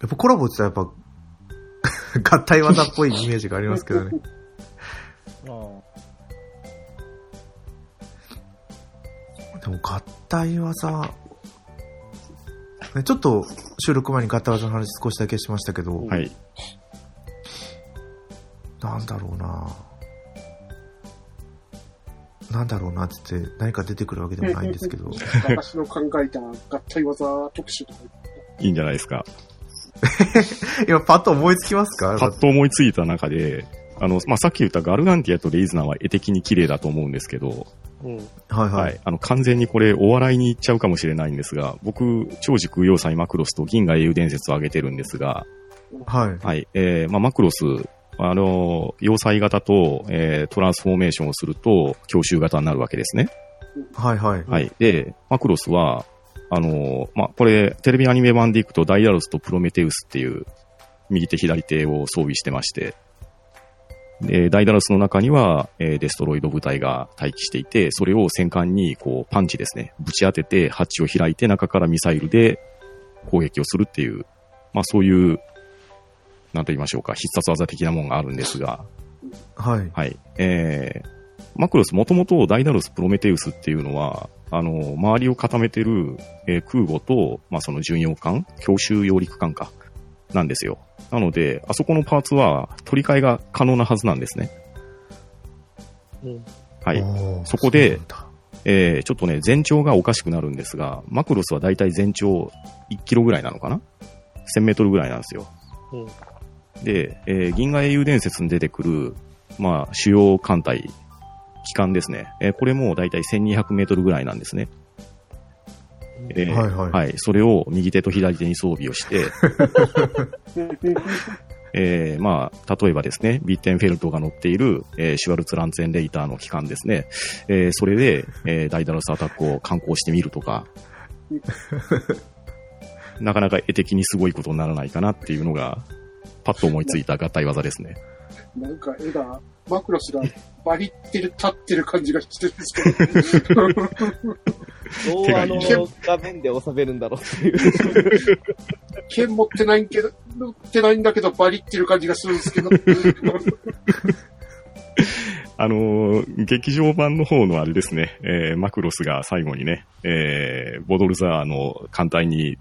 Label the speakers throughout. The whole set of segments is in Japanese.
Speaker 1: やっぱコラボって言ったらやっぱ 合体技っぽいイメージがありますけ どね。
Speaker 2: あ
Speaker 1: でも合体技、ね、ちょっと収録前に合体技の話少しだけしましたけど、
Speaker 2: うん
Speaker 3: はい。
Speaker 1: なんだろうななんだろうなって言って何か出てくるわけでもないんですけど、
Speaker 4: 私の考えた合体技特集とか、
Speaker 3: いいんじゃないですか。
Speaker 1: 今パッと思いつきますか
Speaker 3: パッと思いついた中で、あの、まあ、さっき言ったガルガンティアとレイズナーは絵的に綺麗だと思うんですけど、
Speaker 2: うん。
Speaker 1: はい
Speaker 3: は
Speaker 1: はいい。。
Speaker 3: あの、完全にこれ、お笑いに行っちゃうかもしれないんですが、僕、長寿空要塞マクロスと銀河英雄伝説を挙げてるんですが、
Speaker 1: はい。
Speaker 3: はい。えー、まあ、マクロス、あの、要塞型と、えー、トランスフォーメーションをすると、強襲型になるわけですね。
Speaker 1: はいはい。
Speaker 3: はい。で、マクロスは、あの、まあ、これ、テレビアニメ版でいくと、ダイダロスとプロメテウスっていう、右手左手を装備してまして、で、ダイダロスの中には、えーデストロイド部隊が待機していて、それを戦艦に、こう、パンチですね、ぶち当てて、ハッチを開いて、中からミサイルで攻撃をするっていう、まあ、そういう、なんと言いましょうか、必殺技的なものがあるんですが、
Speaker 1: はい。
Speaker 3: はい。えー、マクロス、もともとダイダロス・プロメテウスっていうのは、あの、周りを固めてる、えー空母と、まあ、その巡洋艦、強襲揚陸艦か、なんですよ。なので、あそこのパーツは取り替えが可能なはずなんですね。
Speaker 2: うん。
Speaker 3: はい。
Speaker 1: おー
Speaker 3: そこで
Speaker 1: うなん
Speaker 3: えーちょっとね、全長がおかしくなるんですが、マクロスはだいたい全長1キロぐらいなのかな ?1000 メートルぐらいなんですよ。
Speaker 2: うん
Speaker 3: で、えー銀河英雄伝説に出てくる、まあ、主要艦隊、機関ですね。えーこれもだいたい1200メートルぐらいなんですね。えー
Speaker 1: はいはい
Speaker 3: それを右手と左手に装備をして、えーまあ、例えばですね、ビッテンフェルトが乗っている、えーシュワルツ・ランツェンレイターの機関ですね。えーそれで、えーダイダロスアタックを観光してみるとか、なかなか絵的にすごいことにならないかなっていうのが、パッと思いついた合体技ですね。
Speaker 4: なんか絵が、マクロスがバリってる、立ってる感じがしてるんですけど、
Speaker 2: どう
Speaker 3: 手が
Speaker 2: あ
Speaker 3: いい
Speaker 2: の
Speaker 3: ね
Speaker 2: 画面で収めるんだろうっていう。
Speaker 4: 剣持ってないんけど、持ってないんだけど、バリってる感じがするんですけど、
Speaker 3: あのー劇場版の方のあれですね、えーマクロスが最後にね、えーボドルザーの艦隊に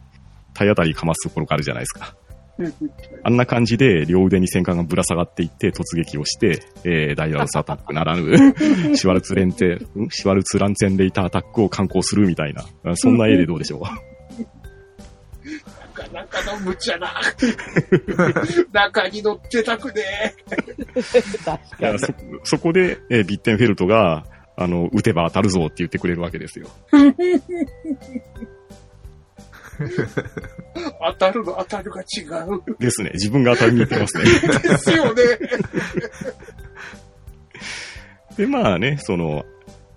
Speaker 3: 体当たりかますところがあるじゃないですか。あんな感じで両腕に戦艦がぶら下がっていって突撃をして、えーダイラルスアタックならぬ、シュワルツレンテ、んシュワルツランツェンレイターアタックを敢行するみたいな、あそんな絵でどうでしょう。
Speaker 4: なかなかの無茶な。中に乗ってたくね
Speaker 2: 確
Speaker 3: い
Speaker 2: か
Speaker 3: や
Speaker 2: に。
Speaker 3: そそこで、えービッテンフェルトが、あの、撃てば当たるぞって言ってくれるわけですよ。
Speaker 4: え。当たるの当たるが違う。
Speaker 3: ですね。自分が当たりに行ってますね。
Speaker 4: ですよね。
Speaker 3: で、まあね、その、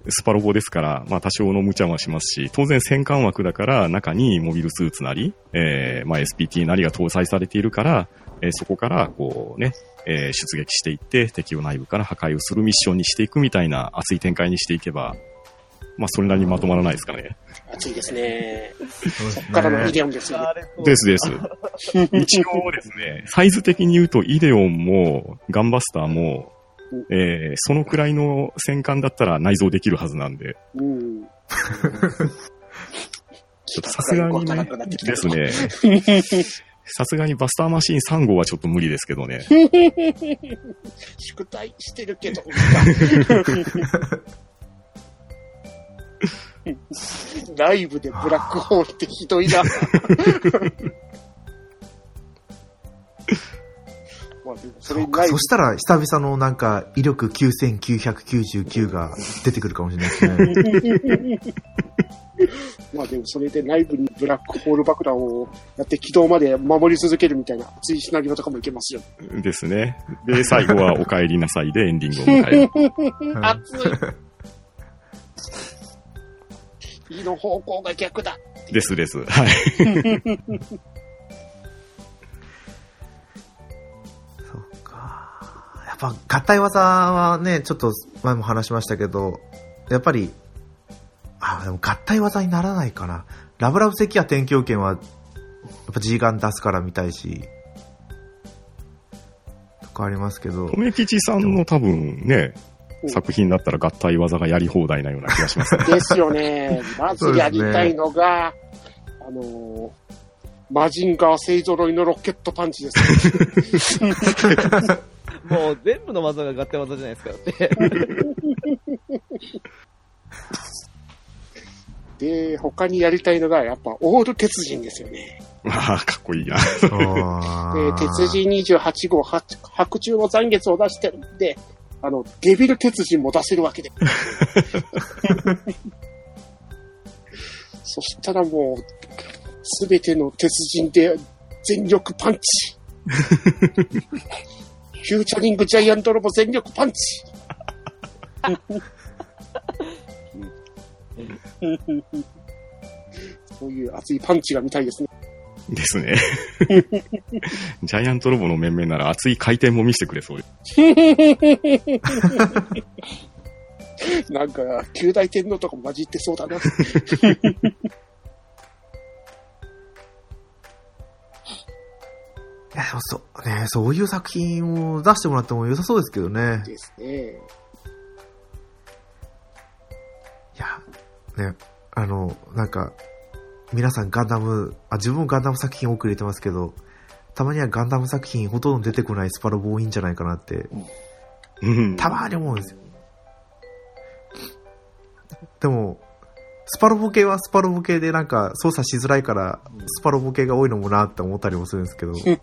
Speaker 3: スパロボですから、まあ多少の無茶はしますし、当然戦艦枠だから中にモビルスーツなり、えー、まあ SPT なりが搭載されているから、えーそこからこうね、えー出撃していって敵を内部から破壊をするミッションにしていくみたいな熱い展開にしていけば、まあそれなりにまとまらないですかね。
Speaker 4: 暑いですね。
Speaker 1: ですね
Speaker 4: からのミディアムですよね。
Speaker 2: あれそう
Speaker 3: ですです。一応ですね、サイズ的に言うとイデオンもガンバスターも、えー、そのくらいの戦艦だったら内蔵できるはずなんで、
Speaker 4: うん。
Speaker 3: ちょっとさすがに、ね、ですね。さすがにバスターマシーン3号はちょっと無理ですけどね。
Speaker 4: 宿題してるけど。 ライブでブラックホールってひどいな。 まあでもそれ
Speaker 1: そ
Speaker 4: にライブ
Speaker 1: そしたら久々のなんか威力9999が出てくるかもしれないですね。
Speaker 4: まあでもそれで内部にブラックホール爆弾をやって軌道まで守り続けるみたいな熱いシナリオとかもいけますよ。
Speaker 3: ですね。で、最後はお帰りなさいでエンディングを迎える。
Speaker 1: うん
Speaker 4: 熱い E の方向が逆だ
Speaker 3: ですです。はい。
Speaker 1: そっか。やっぱ合体技はね、ちょっと前も話しましたけど、やっぱり、あ、でも合体技にならないかな。ラブラブ赤夜天狂犬はぱ G ガン出すから見たいし、とかありますけ ど、
Speaker 3: 留吉さんの多分ね、
Speaker 4: うん
Speaker 3: 作品だったら合体技がやり放題なような気がします ね。
Speaker 4: ですよね。まずやりたいのが、あのー、マジンガー勢揃いのロケットパンチです。
Speaker 2: もう全部の技が合体技じゃないですか。だって。
Speaker 4: で、他にやりたいのが、やっぱ、オール鉄人ですよね。
Speaker 3: まあ、かっこいいな。
Speaker 1: あ
Speaker 4: で
Speaker 1: ー
Speaker 4: 鉄人28号、は白昼の残月を出してるんで、あの、デビル鉄人も出せるわけで。そしたらもう、すべての鉄人で全力パンチ。フューチャリングジャイアントロボ全力パンチ。そういう熱いパンチが見たいですね。
Speaker 3: ですね。ジャイアントロボの面々なら熱い回転も見せてくれそうです。
Speaker 4: なんか、九大天皇とかも混じってそうだな。
Speaker 1: いや、でもそう、ね、そういう作品を出してもらっても良さそうですけどね。
Speaker 4: ですね。
Speaker 1: い や、ね、あの、なんか、皆さんガンダム、あ、自分もガンダム作品多く入れてますけど、たまにはガンダム作品ほとんど出てこないスパロボ多いんじゃないかなって、
Speaker 3: うん。
Speaker 1: たまに思うんですよ。でも、スパロボ系はスパロボ系でなんか操作しづらいから、スパロボ系が多いのもなって思ったりもするんですけど、
Speaker 4: 避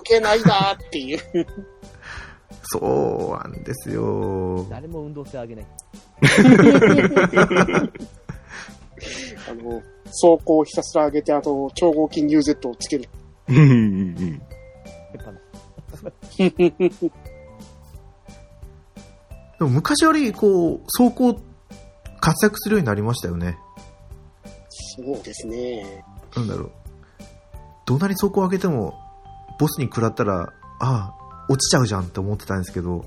Speaker 4: けないなーっていう。
Speaker 1: そうなんですよ。
Speaker 2: 誰も運動性上げない。
Speaker 4: あの、走行をひたすら上げて、あと、超合金 UZ をつける。
Speaker 3: うんうんうん。
Speaker 2: ペッパーの
Speaker 1: でも昔より、こう、走行、活躍するようになりましたよね。
Speaker 4: そうですね。
Speaker 1: なんだろう。どんなに走行上げても、ボスに食らったら、ああ、落ちちゃうじゃんって思ってたんですけど、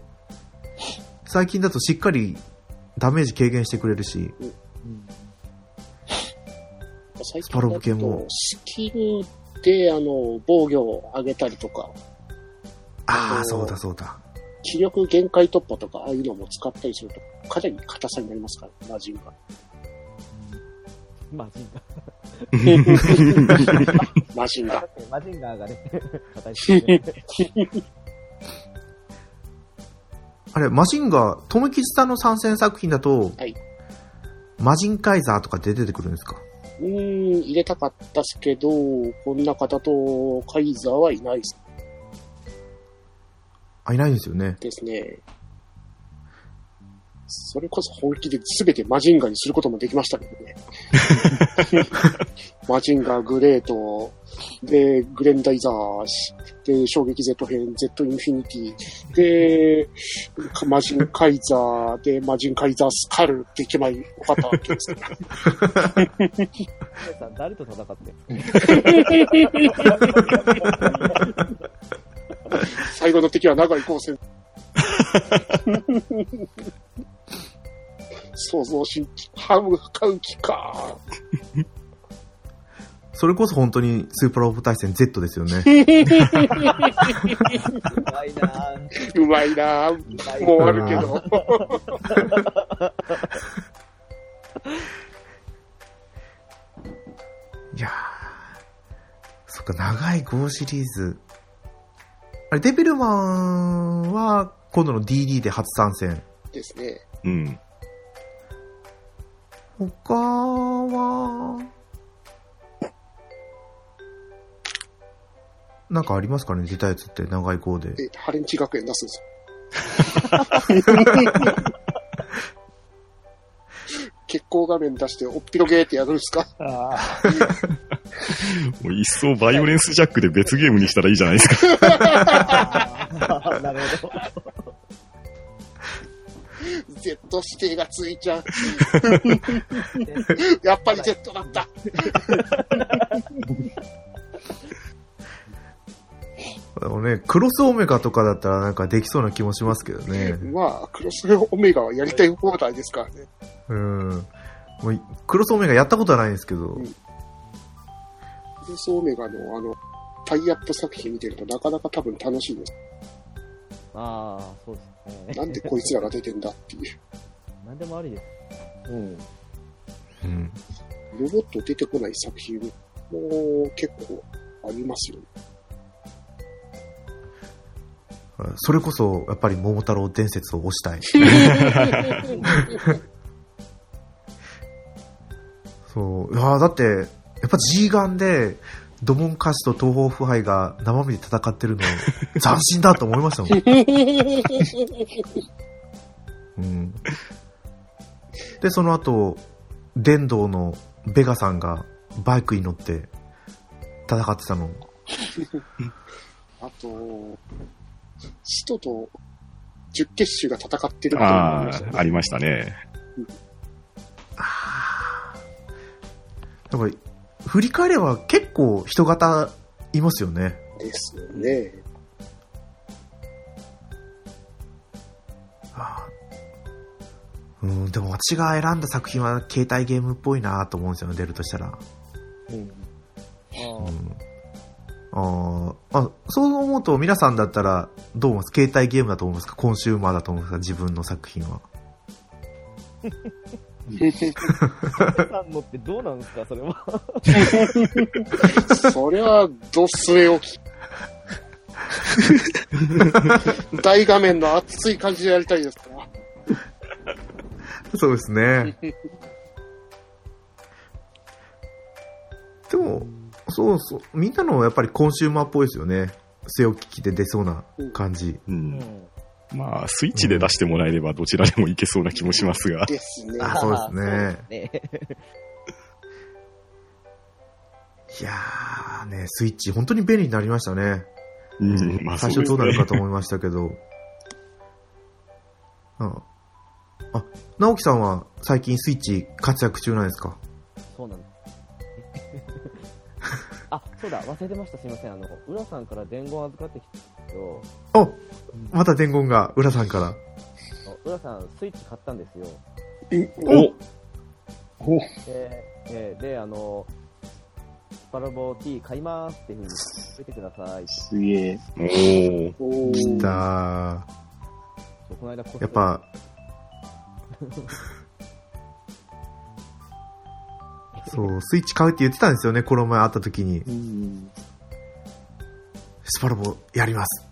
Speaker 1: 最近だとしっかりダメージ軽減してくれるし、
Speaker 4: 最
Speaker 1: スパロボ系も
Speaker 4: スキルで、あの、防御を上げたりとか、
Speaker 1: あ
Speaker 4: おー
Speaker 1: あ、そうだそうだ。
Speaker 4: 気力限界突破とか、ああいうのも使ったりすると、かなり硬さになりますから、マジン が。
Speaker 2: マジンガ
Speaker 4: マジン
Speaker 2: ー。だ
Speaker 4: が。
Speaker 2: ってマジンガーがね、硬いです よね
Speaker 1: あれ、マシンガー、トムキチさんの参戦作品だと、
Speaker 4: はい
Speaker 1: マジンカイザーとかって出てくるんですか
Speaker 4: うーん、入れたかったっすけど、こんな方とカイザーはいない
Speaker 1: あ、いないんですよね。
Speaker 4: ですね。それこそ本気で全てマジンガーにすることもできましたけどね。マジンガー、グレート、で、グレンダイザー、で、衝撃 Z 編、Z インフィニティ、で、マジンカイザー、で、マジンカイザースカルって一枚良かったわけですから。
Speaker 2: さん誰と戦って
Speaker 4: 最後の敵は長井光線。想像し、ハム買う気か。
Speaker 1: それこそ本当にスーパーロボ対戦 Z ですよね。
Speaker 2: うまいなぁ。
Speaker 4: うまいなぁ。
Speaker 2: うまいなぁ
Speaker 4: もうあるけど。
Speaker 1: いやーそっか、長い GO シリーズ。あれ、デビルマンは、今度の DD で初参戦。
Speaker 4: ですね。
Speaker 3: うん。
Speaker 1: 他は、なんかありますかね出たやつって、長い GO で。
Speaker 4: で、ハレンチ学園出すんですよ。結構画面出して、おっぴろげーってやるんですか
Speaker 3: もう一層バイオレンスジャックで別ゲームにしたらいいじゃないですか。
Speaker 2: あなるほど。
Speaker 4: ?Z 指定がついちゃう。やっぱり Z だった。
Speaker 1: でもね、クロスオメガとかだったらなんかできそうな気もしますけどね。
Speaker 4: まあ、クロスオメガはやりたい放題ですからね。
Speaker 1: うん。もう、クロスオメガやったことはないんですけど
Speaker 4: うん、ルースオメガのあの、タイアップ作品見てるとなかなか多分楽しいです。
Speaker 2: ああ、そうですね。
Speaker 4: なんでこいつらが出てんだっていう。
Speaker 2: なんでもありです。
Speaker 4: うん。
Speaker 1: うん。
Speaker 4: ロボット出てこない作品も結構ありますよね。
Speaker 1: それこそ、やっぱり桃太郎伝説を推したい。そう。いやーだって、やっぱ G ガンで、ドモンカシと東方腐敗が生身で戦ってるの、斬新だと思いましたもん。うん。で、その後、電動のベガさんがバイクに乗って戦ってたの。
Speaker 4: あと、使徒と十結集が戦ってることになりま
Speaker 3: あ
Speaker 4: したね
Speaker 3: あ、ありましたね。
Speaker 1: だから、振り返れば結構人型いますよね。
Speaker 4: ですよ ね。
Speaker 1: はあうん、でも私が選んだ作品は携帯ゲームっぽいなと思うんですよね、出るとしたら。
Speaker 2: うん。
Speaker 1: う
Speaker 2: あ
Speaker 1: ん、あーあ、そう思うと皆さんだったらどう思います携帯ゲームだと思いますかコンシューマーだと思いますか自分の作品は。
Speaker 2: あ、ペさんのってどうなんですか、それは。
Speaker 4: それは、ど据え 置き。大画面の熱い感じでやりたいですから。
Speaker 1: そうですね。でも、そうそう、みんなのやっぱりコンシューマーっぽいですよね。背置き機で出そうな感じ。
Speaker 3: う
Speaker 2: うん
Speaker 3: ん。。まあ、スイッチで出してもらえればどちらでもいけそうな気もしますが。
Speaker 4: ですね。
Speaker 1: あそうですね
Speaker 2: そうですね。
Speaker 1: いやーね、スイッチ、本当に便利になりましたね。
Speaker 3: うん、まあ、
Speaker 1: 最初どうなる
Speaker 3: そ
Speaker 1: か
Speaker 3: で
Speaker 1: と思いましたけど。うんあ、直樹さんは最近スイッチ活躍中なんですか
Speaker 2: そうなんです。 あ、そうだ、忘れてました、すいません。あの、浦さんから伝言預かってきたんですけど、
Speaker 1: おまた伝言が、浦さんから。
Speaker 2: あの浦さん、スイッチ買ったんですよ。
Speaker 3: すねおお
Speaker 2: で、えーで、あの、スパロボ T 買いますっていうふうに言ってください。
Speaker 5: すげえ。
Speaker 3: おー
Speaker 4: おー
Speaker 1: 来た
Speaker 2: そうこの間こっそり
Speaker 1: やっ、 ぱ、そう、スイッチ買うって言ってたんですよね、この前会った時に。
Speaker 5: うん。
Speaker 1: スパロボやります。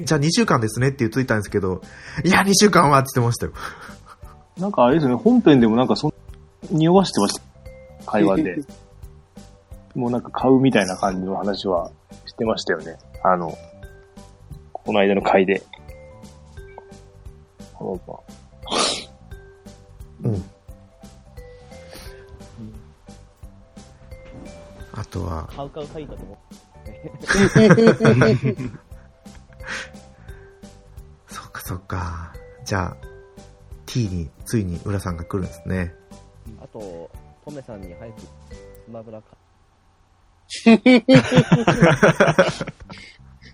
Speaker 1: じゃあ2週間ですねって言っといたんですけど、いや、2週間はって言ってましたよ。
Speaker 5: なんかあれですね、本編でもなんかそん、匂わしてました。会話で。もうなんか買うみたいな感じの話はしてましたよね。あの、この間の会で。ほら
Speaker 1: うん。あとは、
Speaker 2: 買う買う買いだと思
Speaker 1: そっかそっか。じゃあ、T についに浦さんが来るんですね。
Speaker 2: う。あと、トメさんに早くスマブラ買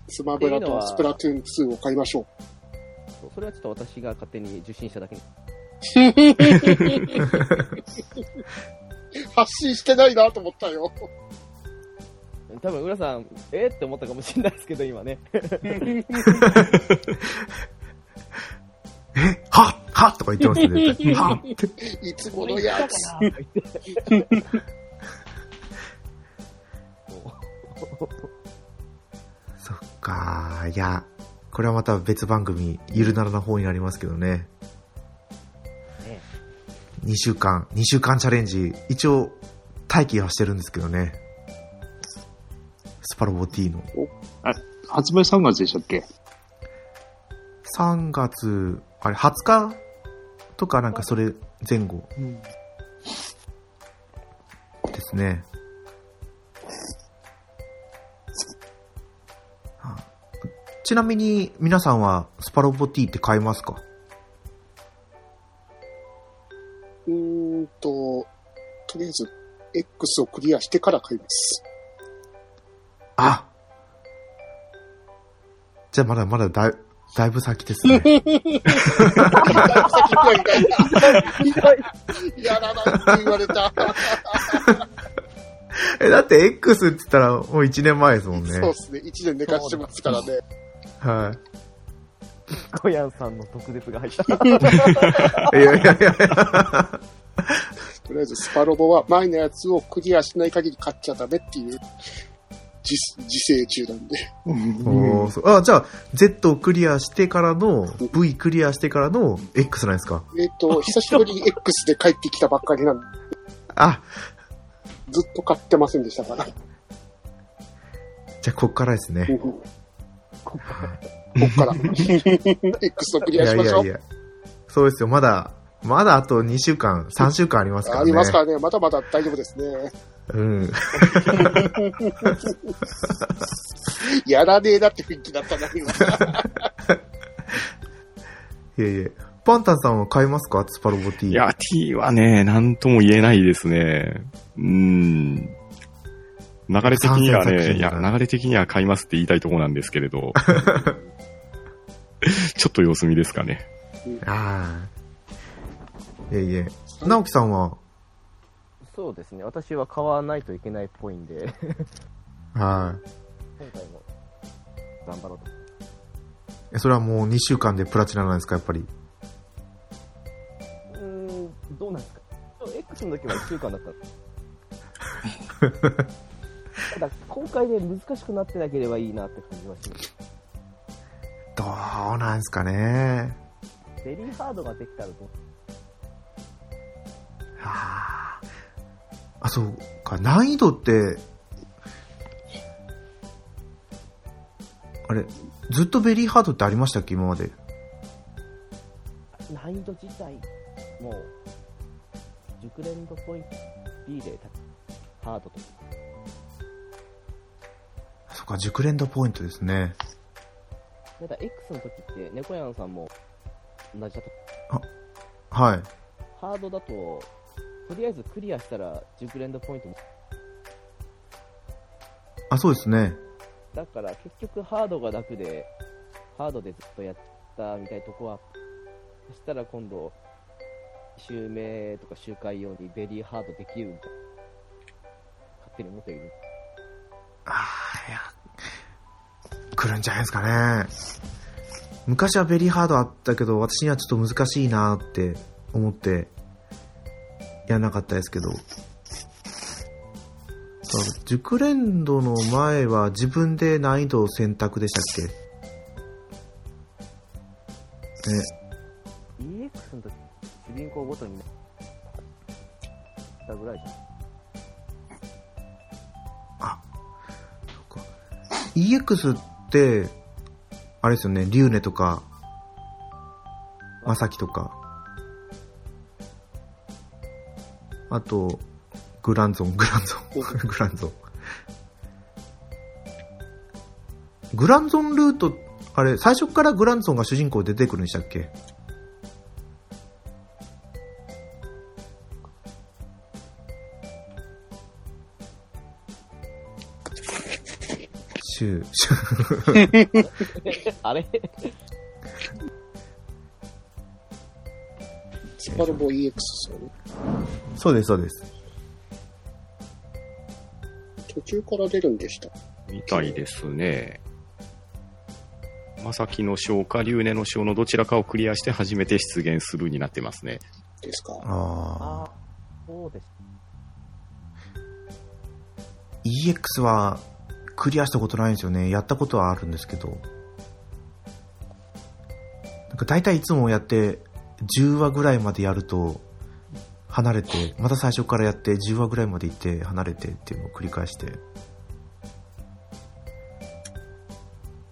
Speaker 4: スマブラとスプラトゥーン2を買いましょ
Speaker 2: そうそれはちょっと私が勝手に受信しただけに。
Speaker 4: う。発信してないなと思ったよ。
Speaker 2: 多分、浦さん、えーって思ったかもしれないですけど、今ね。
Speaker 1: えはっはっとか言ってましたね絶対。 はっって。
Speaker 4: いつものやつ。
Speaker 1: そっか。いや、これはまた別番組、ゆるならな方になりますけどね。
Speaker 2: ね
Speaker 1: 2週間、2週間チャレンジ、一応、待機はしてるんですけどね。スパロボ T の。
Speaker 5: 発売3月でしたっけ
Speaker 1: 3月、あれ、20日とかなんかそれ前後ですね。はあちなみに皆さんはスパロボ T って買いますか
Speaker 4: うーんと、とりあえず、X をクリアしてから買います。
Speaker 1: あじゃあまだまだだいだいぶ先です ね。
Speaker 4: だいぶ先行くわみたいな。やらないって言われた。
Speaker 1: え、だって X って言ったらもう1年前ですもんね。
Speaker 4: そうですね。一年寝かしてますからね。
Speaker 1: はい。
Speaker 2: 小屋さんの毒舌が入った。
Speaker 1: いやいやいや、
Speaker 4: とりあえずスパロボは前のやつをクリアしない限り買っちゃダメっていう自自制中なんで。
Speaker 1: おーそうあ、じゃあ、Z をクリアしてからの、V クリアしてからの X なんですか。
Speaker 4: えっ、と、久しぶりに X で帰ってきたばっかりなんで、
Speaker 1: あ、
Speaker 4: ずっと買ってませんでしたから。
Speaker 1: じゃあ、こっからですね。
Speaker 4: こっから。X のク
Speaker 1: い
Speaker 4: リア
Speaker 1: や
Speaker 4: し
Speaker 1: い
Speaker 4: ましょ
Speaker 1: や
Speaker 4: う。
Speaker 1: いや。そうですよ、まだ、まだあと2週間、3週間ありますからね。
Speaker 4: ありますからね。まだまだ大丈夫ですね。
Speaker 1: うん。
Speaker 4: やらねえなって雰囲気だったな、今。
Speaker 1: いやいや。パンタンさんは買いますかスパロボ T。
Speaker 3: いや、T はね、なんとも言えないですね。うーん。流れ的には
Speaker 1: 参戦作
Speaker 3: ね、
Speaker 1: 品
Speaker 3: いや、流れ的には買いますって言いたいところなんですけれど。ちょっと様子見ですかね。
Speaker 1: ああ。いやいや。直樹さんは、
Speaker 2: そうですね。私は買わないといけないっぽいんで、
Speaker 1: はい。
Speaker 2: 今回も頑張ろうと。
Speaker 1: えそれはもう2週間でプラチナなんですかやっぱり。
Speaker 2: うーん、どうなんですか。X の時は1週間だ ったんです。ただ、今回で難しくなってなければいいなって感じはします。
Speaker 1: どうなんですかね。
Speaker 2: ベリーハードができたらどう
Speaker 1: あーあ、そうか。難易度って、あれ、ずっとベリーハードってありましたっけ今まで。
Speaker 2: 難易度自体、もう、熟練度ポイント B でハードと。
Speaker 1: そっか、熟練度ポイントですね。
Speaker 2: ただ X の時って、猫やんさんも同じだと、
Speaker 1: はい。
Speaker 2: ハードだと、とりあえずクリアしたら熟練度ポイントも
Speaker 1: あ、そうですね。
Speaker 2: だから結局ハードが楽で、ハードでずっとやったみたいなとこは、そしたら今度、襲名とか周回用にベリーハードできるみたいな。勝手に思ってる。
Speaker 1: ああ、いや、来るんじゃないですかね。昔はベリーハードあったけど、私にはちょっと難しいなーって思って、やんなかったですけど。そう熟練度の前は自分で難易度を選択でしたっけね、
Speaker 2: EX の時、主人公ごとになったぐらいじゃん。
Speaker 1: あ、そっか。EX って、あれですよね、リューネとか、まさきとか、あと、グランゾン、グランゾン、グランゾン。グランゾンルート、あれ、最初からグランゾンが主人公で出てくるんでしたっけシュー、シュー
Speaker 2: あれ
Speaker 4: スパロボ EX ですよね。
Speaker 1: そうです、そうです。
Speaker 4: 途中から出るんでした。
Speaker 3: みたいですね。まさきの章か、竜根の章のどちらかをクリアして初めて出現するになってますね。
Speaker 4: ですか。
Speaker 1: ああ。
Speaker 2: ああ、そうです。
Speaker 1: EX はクリアしたことないんですよね。やったことはあるんですけど。なんか大体いつもやって10話ぐらいまでやると離れて、また最初からやって10話ぐらいまで行って離れてっていうのを繰り返してっ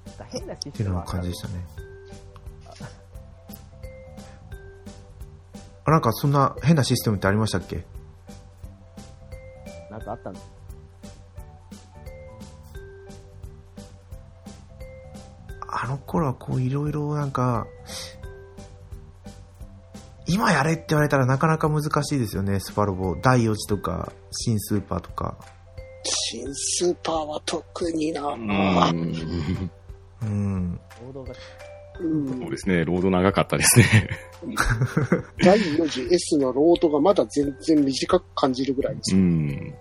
Speaker 2: だから変なシス
Speaker 1: てい
Speaker 2: テ
Speaker 1: う
Speaker 2: ム
Speaker 1: の
Speaker 2: は
Speaker 1: を感じでしたね。あなんかそんな変なシステムってありましたっけ
Speaker 2: なんかあったんです。
Speaker 1: あの頃はこういろいろなんか、今やれって言われたらなかなか難しいですよね、スパロボ。第4次とか、新スーパーとか。
Speaker 4: 新スーパーは特にな。
Speaker 3: うん。
Speaker 1: うん。
Speaker 2: 王道が
Speaker 4: うん
Speaker 3: そうですね、ロード長かったですね。
Speaker 4: 第4次 S のロードがまだ全然短く感じるぐらいです
Speaker 3: う。ん。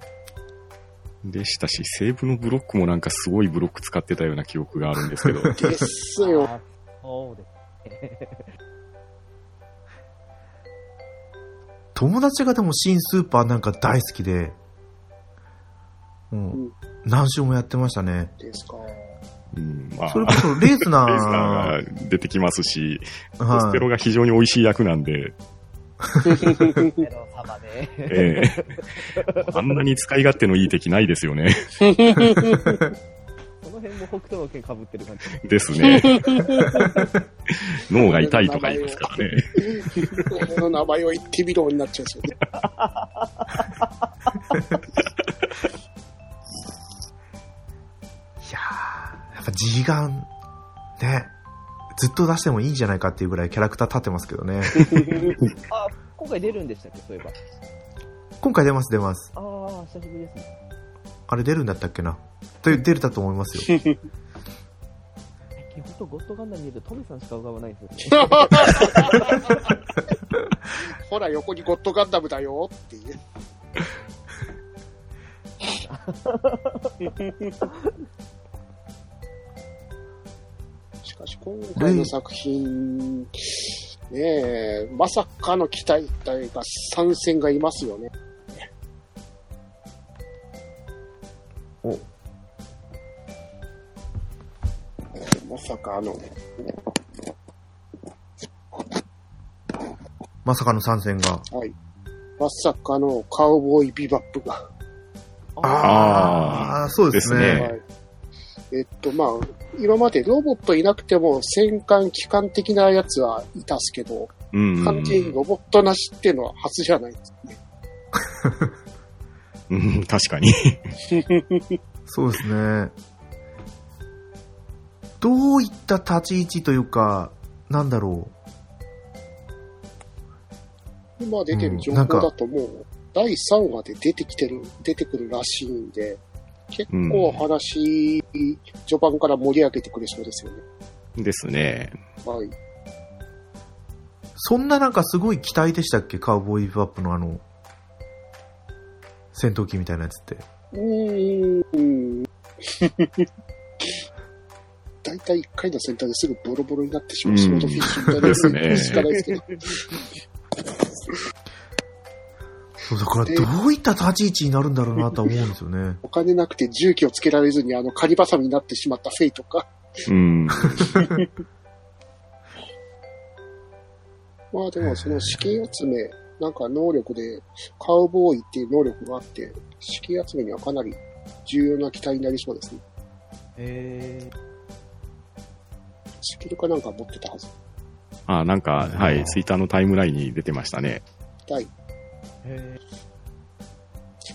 Speaker 3: でしたし、セーブのブロックもなんかすごいブロック使ってたような記憶があるんです けど、
Speaker 4: ですよ。
Speaker 2: あそう です。
Speaker 1: 友達がでも新スーパーなんか大好きで、も
Speaker 4: うん
Speaker 1: う、何週もやってましたね。
Speaker 4: ですか。
Speaker 3: うん、まあ、
Speaker 1: それこそレースナー。
Speaker 3: レースナーが出てきますし、コス
Speaker 1: は
Speaker 3: テロが非常に美味しい役なんで、
Speaker 2: メロ様ね。
Speaker 3: ええあんなに使い勝手のいい敵ないですよね。
Speaker 2: この辺も北斗の剣被ってる感じ。
Speaker 3: ですね。 脳が痛いとか言いますからね。
Speaker 4: 俺の名前を言ってみろになっちゃうんですよね。
Speaker 1: い、いやーやっぱ G ガン、ね、ずっと出してもいいんじゃないかっていうぐらいキャラクター立ってますけど ね。
Speaker 2: あ、今回出るんでしたっけそういえば。
Speaker 1: 今回出ます出ます。
Speaker 2: ああ、久しぶりですね。
Speaker 1: あれ出るんだったっけな。という出れたと思います よ。
Speaker 2: 最近ほんとゴッドガンダム見るとトミさんしか浮かばないですよね。
Speaker 4: ほら、横にゴッドガンダムだよっていう。しかし、今回の作品、ねえ、まさかの期待隊が参戦がいますよね。
Speaker 1: お
Speaker 4: まさかあの、
Speaker 1: まさかの参戦が。
Speaker 4: はい。まさかのカウボーイビバップが。
Speaker 1: あー、そうです
Speaker 3: です
Speaker 1: ね。
Speaker 3: ね
Speaker 4: はい。えっと、まあ、今までロボットいなくても戦艦機関的なやつはいたっすけど、
Speaker 3: うん。
Speaker 4: 完全にロボットなしっていうのは初じゃないですね。
Speaker 3: うん、確かに。
Speaker 1: そうですね。どういった立ち位置というか、なんだろう。
Speaker 4: 今出てる情
Speaker 1: うんな
Speaker 4: 報
Speaker 1: んか
Speaker 4: だともう、第3話で出てきてる、出てくるらしいんで、結構話、序盤から盛り上げてくれそうですよね。
Speaker 3: ですね。
Speaker 4: はい。
Speaker 1: そんななんかすごい期待でしたっけカウボーイビバップのあの、戦闘機みたいなやつって。
Speaker 4: うー ん。大体1回の選択ですぐボロボロになってしまう。
Speaker 3: うん
Speaker 4: ショートフィッシュみたいな。
Speaker 3: ですね
Speaker 4: しかないですけど。
Speaker 1: そうだから
Speaker 4: で
Speaker 1: どういった立ち位置になるんだろうなとは思うんですよね。
Speaker 4: お金なくて重機をつけられずにあの、カニバサミになってしまったフェイとか。
Speaker 3: うん。
Speaker 4: まあでもその資金集め、なんか能力で、カウボーイっていう能力があって、資金集めにはかなり重要な機体になりそうですね。
Speaker 2: えー、
Speaker 4: スキルかなんか持ってたはず。
Speaker 3: あ、なんか、はい、ツイッターのタイムラインに出てましたね。
Speaker 4: はい。
Speaker 2: え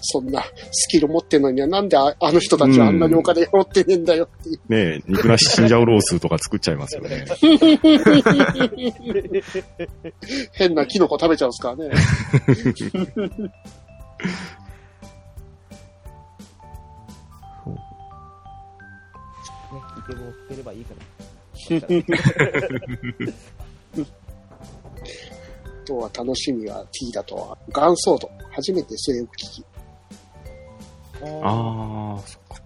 Speaker 4: そんなスキル持ってんのにはなんでああ の人たちはあんなにお金持ってねえんだよっていう。
Speaker 3: ねえ、肉なしチンジャオロースとか作っちゃいますよね。
Speaker 2: ー、
Speaker 4: 変なキノコ食べちゃうんですからね。
Speaker 2: ね、イケボをつければいいか
Speaker 4: あとは楽しみは T だとは、ガンソード。初めて性欲機器。
Speaker 2: ら。あ
Speaker 3: ああ、そっか。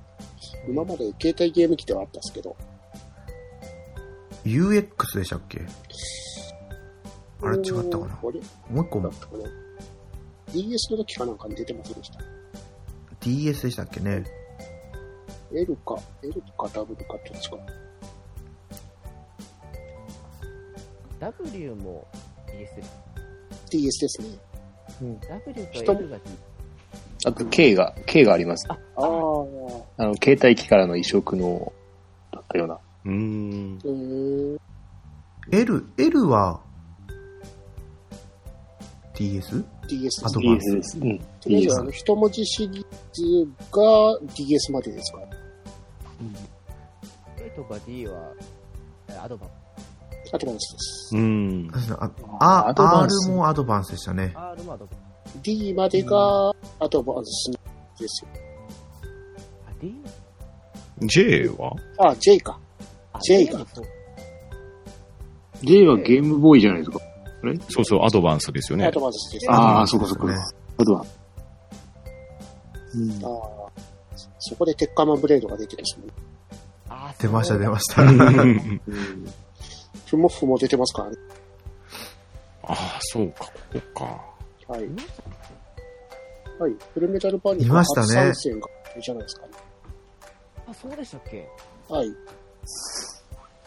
Speaker 4: 今まで携帯ゲーム機ではあったんですけど、
Speaker 1: UX でしたっけあれ違ったかな
Speaker 4: これだ
Speaker 1: もう一個も
Speaker 4: ったかな ?DS の時かなんかに出てませんでした。
Speaker 1: DS でしたっけね。
Speaker 4: L か、L か W かどっちか。
Speaker 2: W も DS です。
Speaker 4: DS ですね。
Speaker 2: W と
Speaker 5: 人
Speaker 2: L が D
Speaker 5: あと、K が、K があります。
Speaker 4: ああ、
Speaker 5: あの、携帯機からの移植の、だったような。
Speaker 3: うーん。
Speaker 4: うーん。
Speaker 1: L、L は、DS?
Speaker 4: DS
Speaker 1: あ
Speaker 4: です
Speaker 1: と
Speaker 4: ね。
Speaker 1: か
Speaker 5: DS です。うん。
Speaker 4: とりあえ
Speaker 5: DS
Speaker 4: ず、あの、一文字シリーズが DS までですから。
Speaker 2: A とか D は、えアドバン
Speaker 4: あとこのです。
Speaker 3: うーん。
Speaker 1: あ
Speaker 5: ア
Speaker 1: あ
Speaker 5: ドバン
Speaker 1: R
Speaker 5: ス
Speaker 1: もアドバンスでしたね。
Speaker 2: R もアドバン
Speaker 4: D までが、あとはですね。ですよ。
Speaker 2: あ、D?
Speaker 3: J は
Speaker 4: あ、J か。
Speaker 2: あ
Speaker 4: J
Speaker 2: もそう
Speaker 6: J はゲームボーイじゃないですか。
Speaker 3: そうそう、アドバンスですよ
Speaker 4: あ
Speaker 3: ね
Speaker 4: と。はですね。
Speaker 6: ああ、そうかそうか。
Speaker 1: ね
Speaker 6: あとは。うん
Speaker 4: あーそこで鉄火マンブレードが出てるんですね。
Speaker 2: あー
Speaker 1: 出ました、出ました。
Speaker 3: うん
Speaker 4: ふもふも出てますからね。
Speaker 3: ああ、そうか、ここか。
Speaker 4: はい。はい。フルメタルパニック
Speaker 1: いましたね
Speaker 4: 初参戦があれじゃないですかね。
Speaker 2: あ、そうでしたっけ
Speaker 4: はい。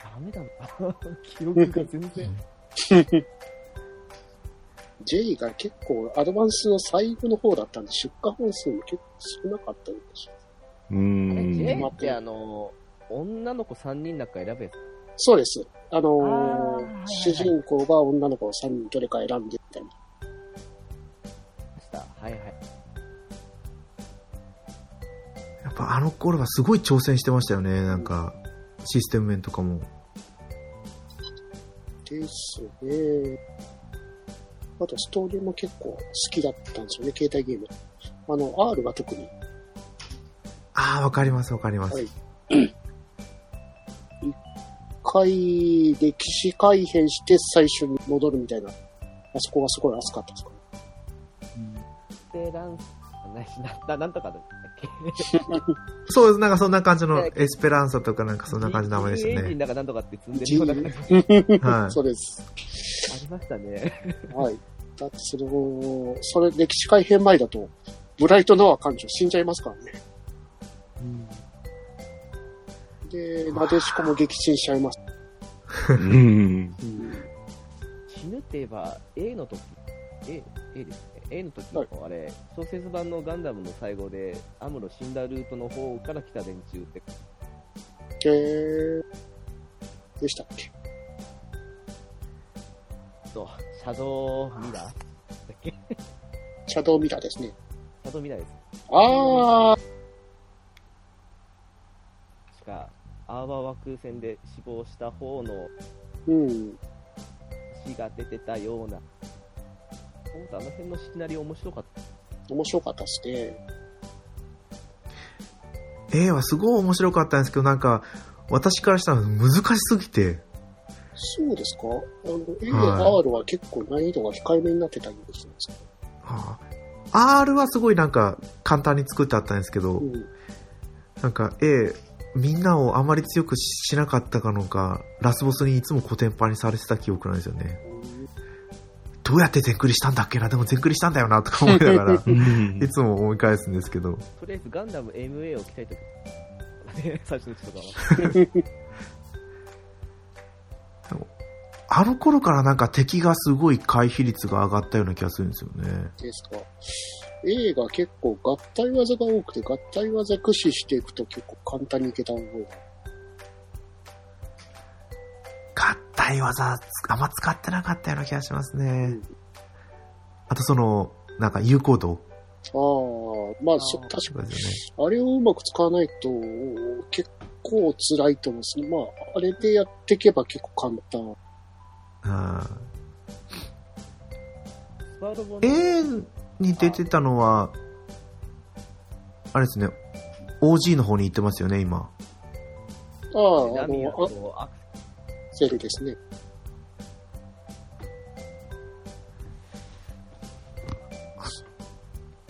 Speaker 2: ダメだな。 記憶が全然。
Speaker 4: J が結構アドバンスの最後の方だったんで、出荷本数も結構少なかったんですよ。
Speaker 3: う
Speaker 2: あれ、
Speaker 3: ん。
Speaker 2: J
Speaker 3: う
Speaker 2: ってあの、女の子3人なんか選べ
Speaker 4: そうです。あのー
Speaker 2: あーはいはいはい
Speaker 4: 主人公が女の子を3人どれか選んでみたいな。
Speaker 2: ました。はいはい。
Speaker 1: やっぱあの頃はすごい挑戦してましたよね、なんか、システム面とかも。
Speaker 4: ですね。あと、ストーリーも結構好きだったんですよね、携帯ゲーム。あの、R が特に
Speaker 1: ああ、わかります、わかります。
Speaker 4: はい一回、歴史改変して最初に戻るみたいな、あそこがすごい熱かったですかね。
Speaker 2: で、ランス、なし、な、ななんとかだったっけ
Speaker 1: そうです、なんかそんな感じの、
Speaker 2: ね
Speaker 1: エスペランサとかなんかそんな感じの名前で
Speaker 2: エ
Speaker 1: し
Speaker 2: ン
Speaker 1: た
Speaker 2: ジン
Speaker 1: ね。
Speaker 2: だかなんとかって積んでるような感じあ
Speaker 1: はい。
Speaker 4: そうです。
Speaker 2: りましたね。
Speaker 4: はい。だってそれを、それ歴史改変前だと、ブライト・ノア艦長死んじゃいますからね。で、なでしこも撃沈しちゃいます。
Speaker 3: ん。、
Speaker 2: 死ぬって言えば、A の時、A、A ですね。A の時
Speaker 4: は
Speaker 2: のあれ、小説版のガンダムの最後で、アムロ死んだルートの方から来た連中って、
Speaker 4: へーでしたっけ
Speaker 2: と、シャドウミラーだっけシ
Speaker 4: シャドウミラーですね。
Speaker 2: ャドウミラーです。
Speaker 4: あー、
Speaker 2: しか、アーバー枠戦で死亡した方の
Speaker 4: うん。
Speaker 2: 死が出てたような、本当あの辺のシナリオ面白かった。
Speaker 4: 面白かったですね。
Speaker 1: A はすごい面白かったんですけど、なんか、私からしたら難しすぎて、
Speaker 4: そうですかあの、A、
Speaker 1: はい
Speaker 4: R は結構難易度が控えめになってたりもするんですけ
Speaker 1: はあ R はすごいなんか簡単に作ってあったんですけど、
Speaker 4: ど。うん。
Speaker 1: なんか A、みんなをあまり強くしなかったかのか、ラスボスにいつもコテンパンにされてた記憶なんですよね。どうやって全クリしたんだっけな、でも全クリしたんだよな、とか思いながら
Speaker 3: うん
Speaker 1: いつも思い返すんですけど、
Speaker 2: とりあえずガンダム MA を着たいとき、 最初のうちとかは。
Speaker 1: あの頃からなんか敵がすごい回避率が上がったような気がするんですよね。
Speaker 4: ですか。A が結構合体技が多くて、合体技駆使していくと結構簡単にいけた覚えが。
Speaker 1: 合体技、あんま使ってなかったような気がします
Speaker 4: う
Speaker 1: ね
Speaker 4: ん。
Speaker 1: あとその、なんか有効度
Speaker 4: ああ、まあ、そ
Speaker 2: あー
Speaker 4: 確
Speaker 1: と
Speaker 4: か
Speaker 1: かですよね。
Speaker 4: あれをうまく使わないと、結構辛いと思うんですね。まあ、あれでやっていけば結構簡単。
Speaker 1: うん
Speaker 2: スパロボの
Speaker 1: A に出てたのは、あれですね、OG の方に行ってますよね、今。
Speaker 4: ああ、
Speaker 2: ラ
Speaker 4: あ
Speaker 2: ミア
Speaker 4: の、アク
Speaker 2: とアク
Speaker 4: セルですね。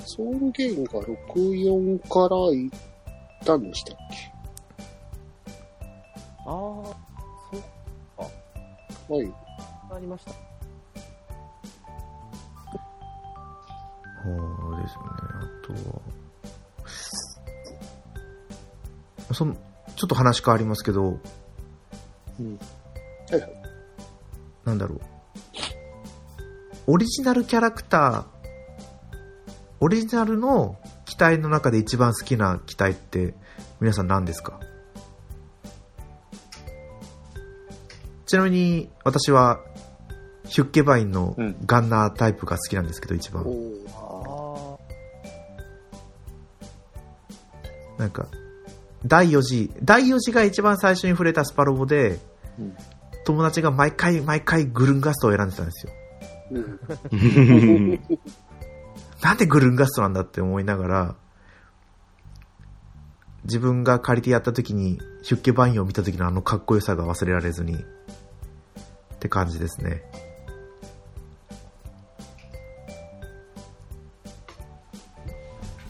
Speaker 4: ソウルゲームが64から行ったんでしたっけ
Speaker 2: ああ、そう
Speaker 4: はい。
Speaker 2: ありました。
Speaker 1: そうですね、あとは。その、ちょっと話変わりますけど、
Speaker 4: はいはい。
Speaker 1: なんだろう。オリジナルキャラクター、オリジナルの機体の中で一番好きな機体って、皆さん何ですかちなみに、私は、ヒュッケバインの
Speaker 5: うん
Speaker 1: ガンナータイプが好きなんですけど、一番。
Speaker 4: おー
Speaker 2: あ
Speaker 1: なんか、第4次、第4次が一番最初に触れたスパロボで、
Speaker 5: うん
Speaker 1: 友達が毎回毎回グルンガストを選んでたんですよ。
Speaker 4: うん。
Speaker 1: なんでグルンガストなんだって思いながら、自分が借りてやった時に、ヒュッケバインを見た時のあのかっこよさが忘れられずに、って感じですね。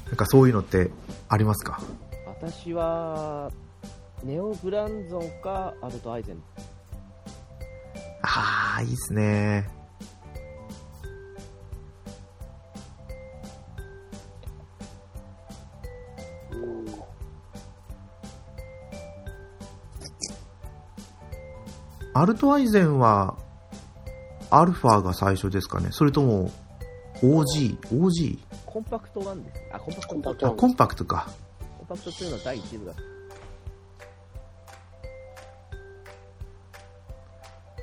Speaker 1: なんかそういうのってありますか
Speaker 2: あ、私は、ネオ・グランゾンか、アルト・アイゼン。
Speaker 1: ああ、いいっすね。
Speaker 4: うん
Speaker 1: アルトアイゼンは、アルファが最初ですかねそれとも、OG、OG?
Speaker 2: コンパクト1ですね。あ、コンパクト
Speaker 4: コンパク
Speaker 2: 2。
Speaker 4: ト
Speaker 1: あ、コンパクトか。
Speaker 2: コンパクト2の第1部が、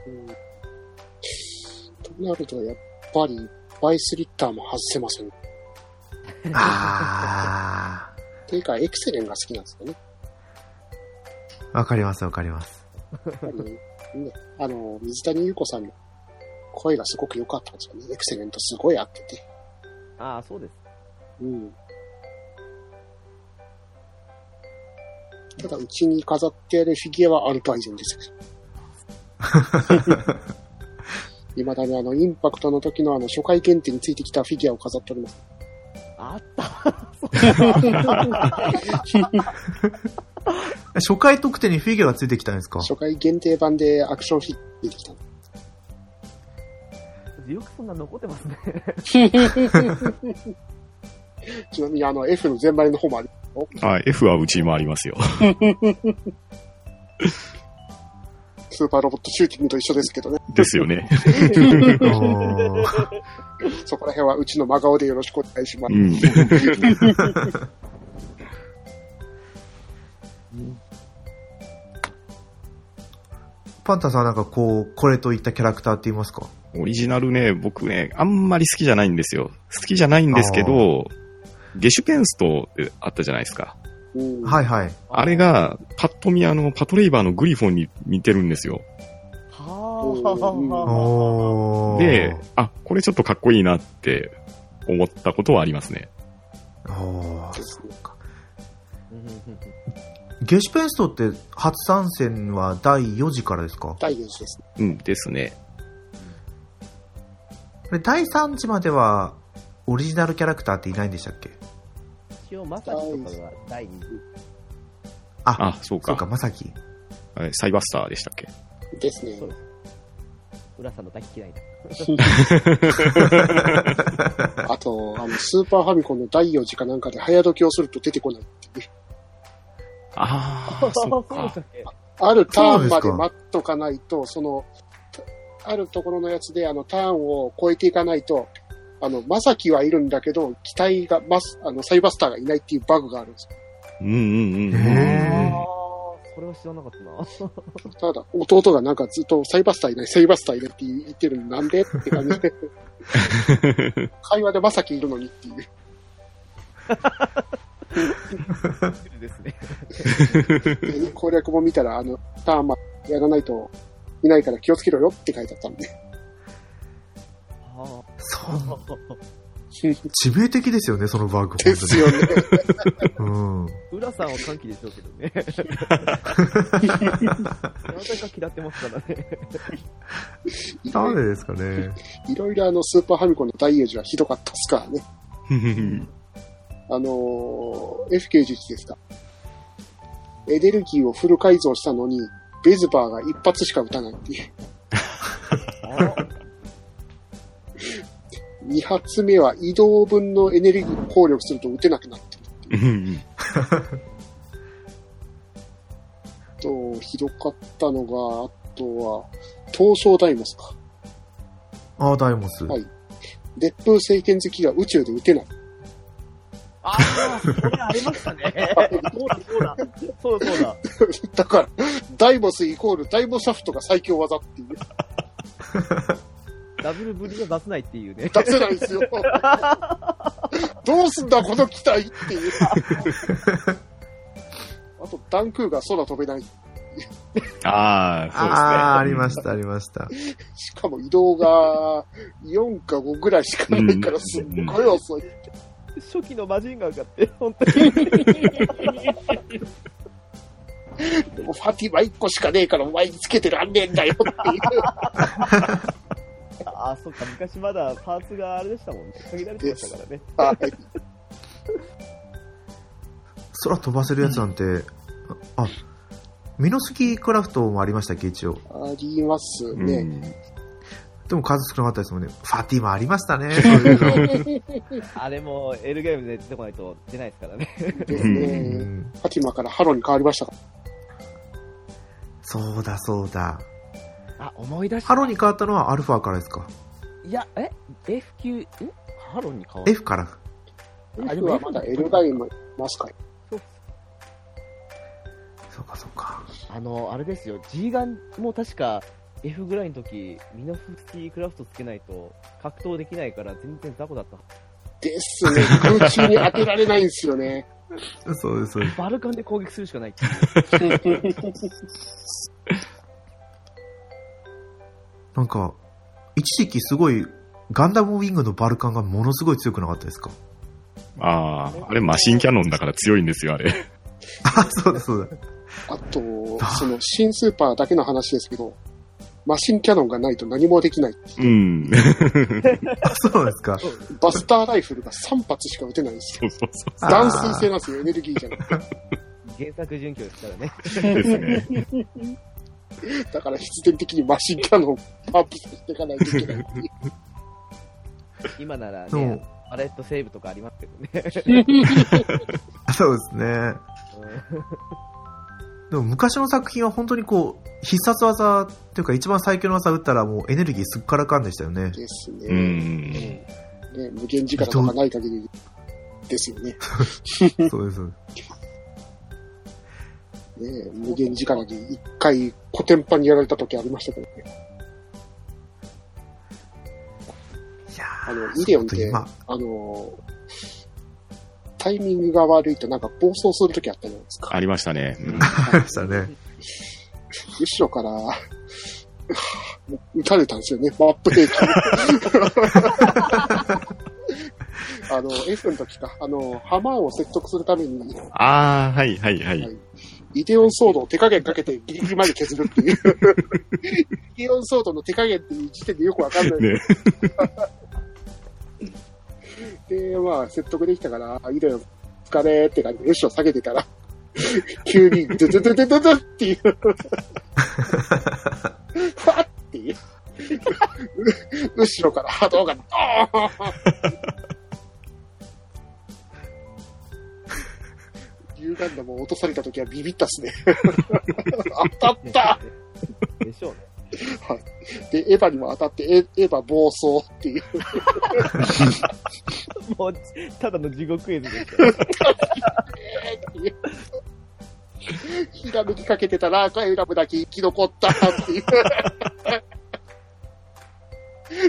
Speaker 4: うんとなると、やっぱり、バイスリッターも外せません。
Speaker 1: あ
Speaker 4: ていうか、エクセレンが好きなんですよね。
Speaker 1: あ、わかりますわかります。
Speaker 4: やっぱりねあの、水谷優子さんの声がすごく良かったんですよね。エクセレントすごい合ってて。
Speaker 2: ああ、そうです。
Speaker 4: うん。ただ、うちに飾ってあるフィギュアはアルトアイゼンです。いまだにあの、インパクトの時のあの、初回限定についてきたフィギュアを飾っております。
Speaker 2: あった。
Speaker 1: 初回特典にフィギュアがついてきたん ですか
Speaker 4: 初回限定版でアクションヒット出てきたの。
Speaker 2: よくそんな残ってますね。
Speaker 4: ちなみにあの、F の全売の方もある。
Speaker 3: はい、F はうちにもありますよ。
Speaker 4: スーパーロボットシューティングと一緒ですけどね。
Speaker 3: ですよね。
Speaker 1: おー
Speaker 4: そこら辺はうちの真顔でよろしくお願いします。
Speaker 3: うん。
Speaker 1: パンタさんはなんかこう、これといったキャラクターって言いますか
Speaker 3: オリジナルね、僕ね、あんまり好きじゃないんですよ。好きじゃないんですけど、ゲシュペンストってあったじゃないですか。
Speaker 4: うん
Speaker 1: はいはい。
Speaker 3: あれが、パッと見あの、パトレイバーのグリフォンに似てるんですよ。
Speaker 2: は
Speaker 1: おー
Speaker 3: で、あ、これちょっとかっこいいなって思ったことはありますね。
Speaker 1: おー
Speaker 4: ですね
Speaker 2: あ。うん
Speaker 1: ゲシュペンストって初参戦は第4次からですか
Speaker 4: 第4次ですね。
Speaker 3: うんですね。
Speaker 1: これ第3次まではオリジナルキャラクターっていないんでしたっけ
Speaker 2: 一応、まさきとかが第2部。
Speaker 1: あ、
Speaker 3: あ、そう
Speaker 1: そうか、
Speaker 3: か。
Speaker 1: まさき。
Speaker 3: えサイバスターでしたっけ
Speaker 4: ですね
Speaker 2: そう。です。浦さんの大嫌いだ。
Speaker 4: あと、あの、スーパーファミコンの第4次かなんかで早時をすると出てこないっていう。
Speaker 3: ああ、そうか。
Speaker 2: っけ
Speaker 4: あるターンま
Speaker 1: そうです
Speaker 4: で
Speaker 1: か
Speaker 4: 待っとかないと、その、あるところのやつで、あの、ターンを超えていかないと、あの、まさきはいるんだけど、機体が、ま、あの、サイバスターがいないっていうバグがあるんですよ。
Speaker 3: うんうんうん。
Speaker 1: へ
Speaker 2: あーそれは知らなかったな。
Speaker 4: ただ、弟がなんかずっとサイバスターいない、サイバスターいないって言ってるのなんでって感じで、会話でまさきいるのにっていう。
Speaker 2: ですね。
Speaker 4: 攻略本見たら、あの、ターンまでやらないといないから気をつけろよって書いてあったんで。
Speaker 2: は
Speaker 1: そ
Speaker 2: あ
Speaker 1: う。致命的ですよね、そのバグ。
Speaker 4: ですよね。
Speaker 1: うん。
Speaker 2: 浦さんは歓喜でしょうけどね。私は嫌ってますからね。
Speaker 1: なんでですかね。
Speaker 4: いろいろあの、スーパーファミコンの大英寺はひどかったっすからね。 あのー、FK11 ですか。エネルギーをフル改造したのに、ベズバーが一発しか撃たないっていう。二発目は移動分のエネルギーを考慮すると撃てなくなってる
Speaker 3: うん
Speaker 4: と、ひどかったのが、あとは、東証ダイモスか。
Speaker 1: ああ、ダイモス。
Speaker 4: はい烈風聖剣好きが宇宙で撃てない。
Speaker 2: ああ、それありましたね。そうだ、そうだ。そうだ、そうだ。
Speaker 4: だから、ダイモスイコールダイモサフトが最強技っていう。
Speaker 2: ダブルブリが出せないっていうね。
Speaker 4: 出せないですよ。どうすんだ、この機体っていう。あと、ダンクーが空飛べない。
Speaker 3: あ
Speaker 1: ああ、
Speaker 3: あ、
Speaker 1: あ
Speaker 3: そうですね。
Speaker 1: りました、ありました。
Speaker 4: しかも移動が4か5ぐらいしかないか
Speaker 3: う
Speaker 4: ら、
Speaker 3: ん
Speaker 4: すっごい遅い。
Speaker 2: 初期のマジンガーがって、本当に。
Speaker 4: でもファティマ1個しかねえから、お前につけてらんねえんだよっていう。
Speaker 2: ああ、そっか、昔まだパーツがあれでしたもんね。限られてましたからね。
Speaker 4: はい
Speaker 1: 空飛ばせるやつなんて、あ、あミノスキークラフトもありましたっけ、一応。
Speaker 4: あります
Speaker 3: う
Speaker 4: ね。
Speaker 3: ん。
Speaker 1: でも数少なかったですもんね。ファティマありま したね、そういうの。
Speaker 2: あれも、エルゲームで出てこないと出ないですからね。
Speaker 4: で
Speaker 1: う
Speaker 4: ね、
Speaker 1: ん
Speaker 4: ファティマからハロに変わりましたか
Speaker 1: そうだそうだ。
Speaker 2: あ、思い出した。
Speaker 1: ハロに変わったのはアルファからですか
Speaker 2: いや、え ?F 級、んハロンに変わる
Speaker 1: ?F から。
Speaker 2: あ
Speaker 4: ら。
Speaker 2: で
Speaker 4: F
Speaker 2: も
Speaker 4: はまだエルガイムいますか
Speaker 1: そうかそうか。
Speaker 2: あの、あれですよ、G ガンも確か F ぐらいの時、ミノフスキークラフトつけないと格闘できないから全然雑魚だった。
Speaker 4: ですね。空中に当てられないんですよね。
Speaker 1: そうです、そうです。
Speaker 2: バルカンで攻撃するしかないっていう。
Speaker 1: なんか、一時期すごい、ガンダムウィングのバルカンがものすごい強くなかったですか
Speaker 3: ああ、あれマシンキャノンだから強いんですよ、あれ。
Speaker 1: あ、そうだそうだ。
Speaker 4: あと、その、新スーパーだけの話ですけど、マシンキャノンがないと何もできない。
Speaker 3: うん。
Speaker 1: あ、そうなんですか。
Speaker 4: バスターライフルが3発しか撃てないんですよ。
Speaker 3: そうそうそ
Speaker 1: あー
Speaker 4: 断水性なんですよ、エネルギーじゃなくて。
Speaker 2: 原作準拠ですからね。
Speaker 3: うですね。
Speaker 4: だから必然的にマシンキャノンをアップしていかないといけない。
Speaker 2: 今なら
Speaker 1: でも
Speaker 2: ね、、パレットセーブとかありますけ どね。
Speaker 1: そうですね。
Speaker 2: うん
Speaker 1: でも昔の作品は本当にこう、必殺技っていうか一番最強の技打ったらもうエネルギーすっからかんでしたよね。
Speaker 4: ですね。
Speaker 3: うん。
Speaker 4: ね無限時間とかない限りですよね。
Speaker 1: そうです。
Speaker 4: ね無限時間に一回コテンパンにやられた時ありましたけどね。
Speaker 1: いや
Speaker 4: あの、イデオン
Speaker 1: ー、
Speaker 4: で、
Speaker 1: 今、
Speaker 4: あの、タイミングが悪いとなんか暴走する時あったじゃないですか。
Speaker 3: ありましたね。うん
Speaker 1: ありましたね。
Speaker 4: 後ろから、 撃たれたんですよね、マップ兵器。 あの、F の時か、あの、ハマーンを説得するために、
Speaker 3: ああ、はいはいはい。
Speaker 4: イデオンソードを手加減かけてギリギリまで削るっていう。イデオンソードの手加減っていう時点でよくわかんない。
Speaker 3: ね
Speaker 4: で、まあ、説得できたから、あイデオン疲れって感じで、よしを下げてたら、 急に、ドゥドゥドゥドゥドゥドゥっていう。 ふわっていう。 う後ろから波動が、ドーン ユーガンダムを落とされた時はビビったっすね。 当たった
Speaker 2: でしょうね。
Speaker 4: で、エヴァにも当たって、エエヴァ暴走っていう。
Speaker 2: もう、ただの地獄絵図です よ。
Speaker 4: ひらめきかけてたら、エラムだけ生き残ったっていう。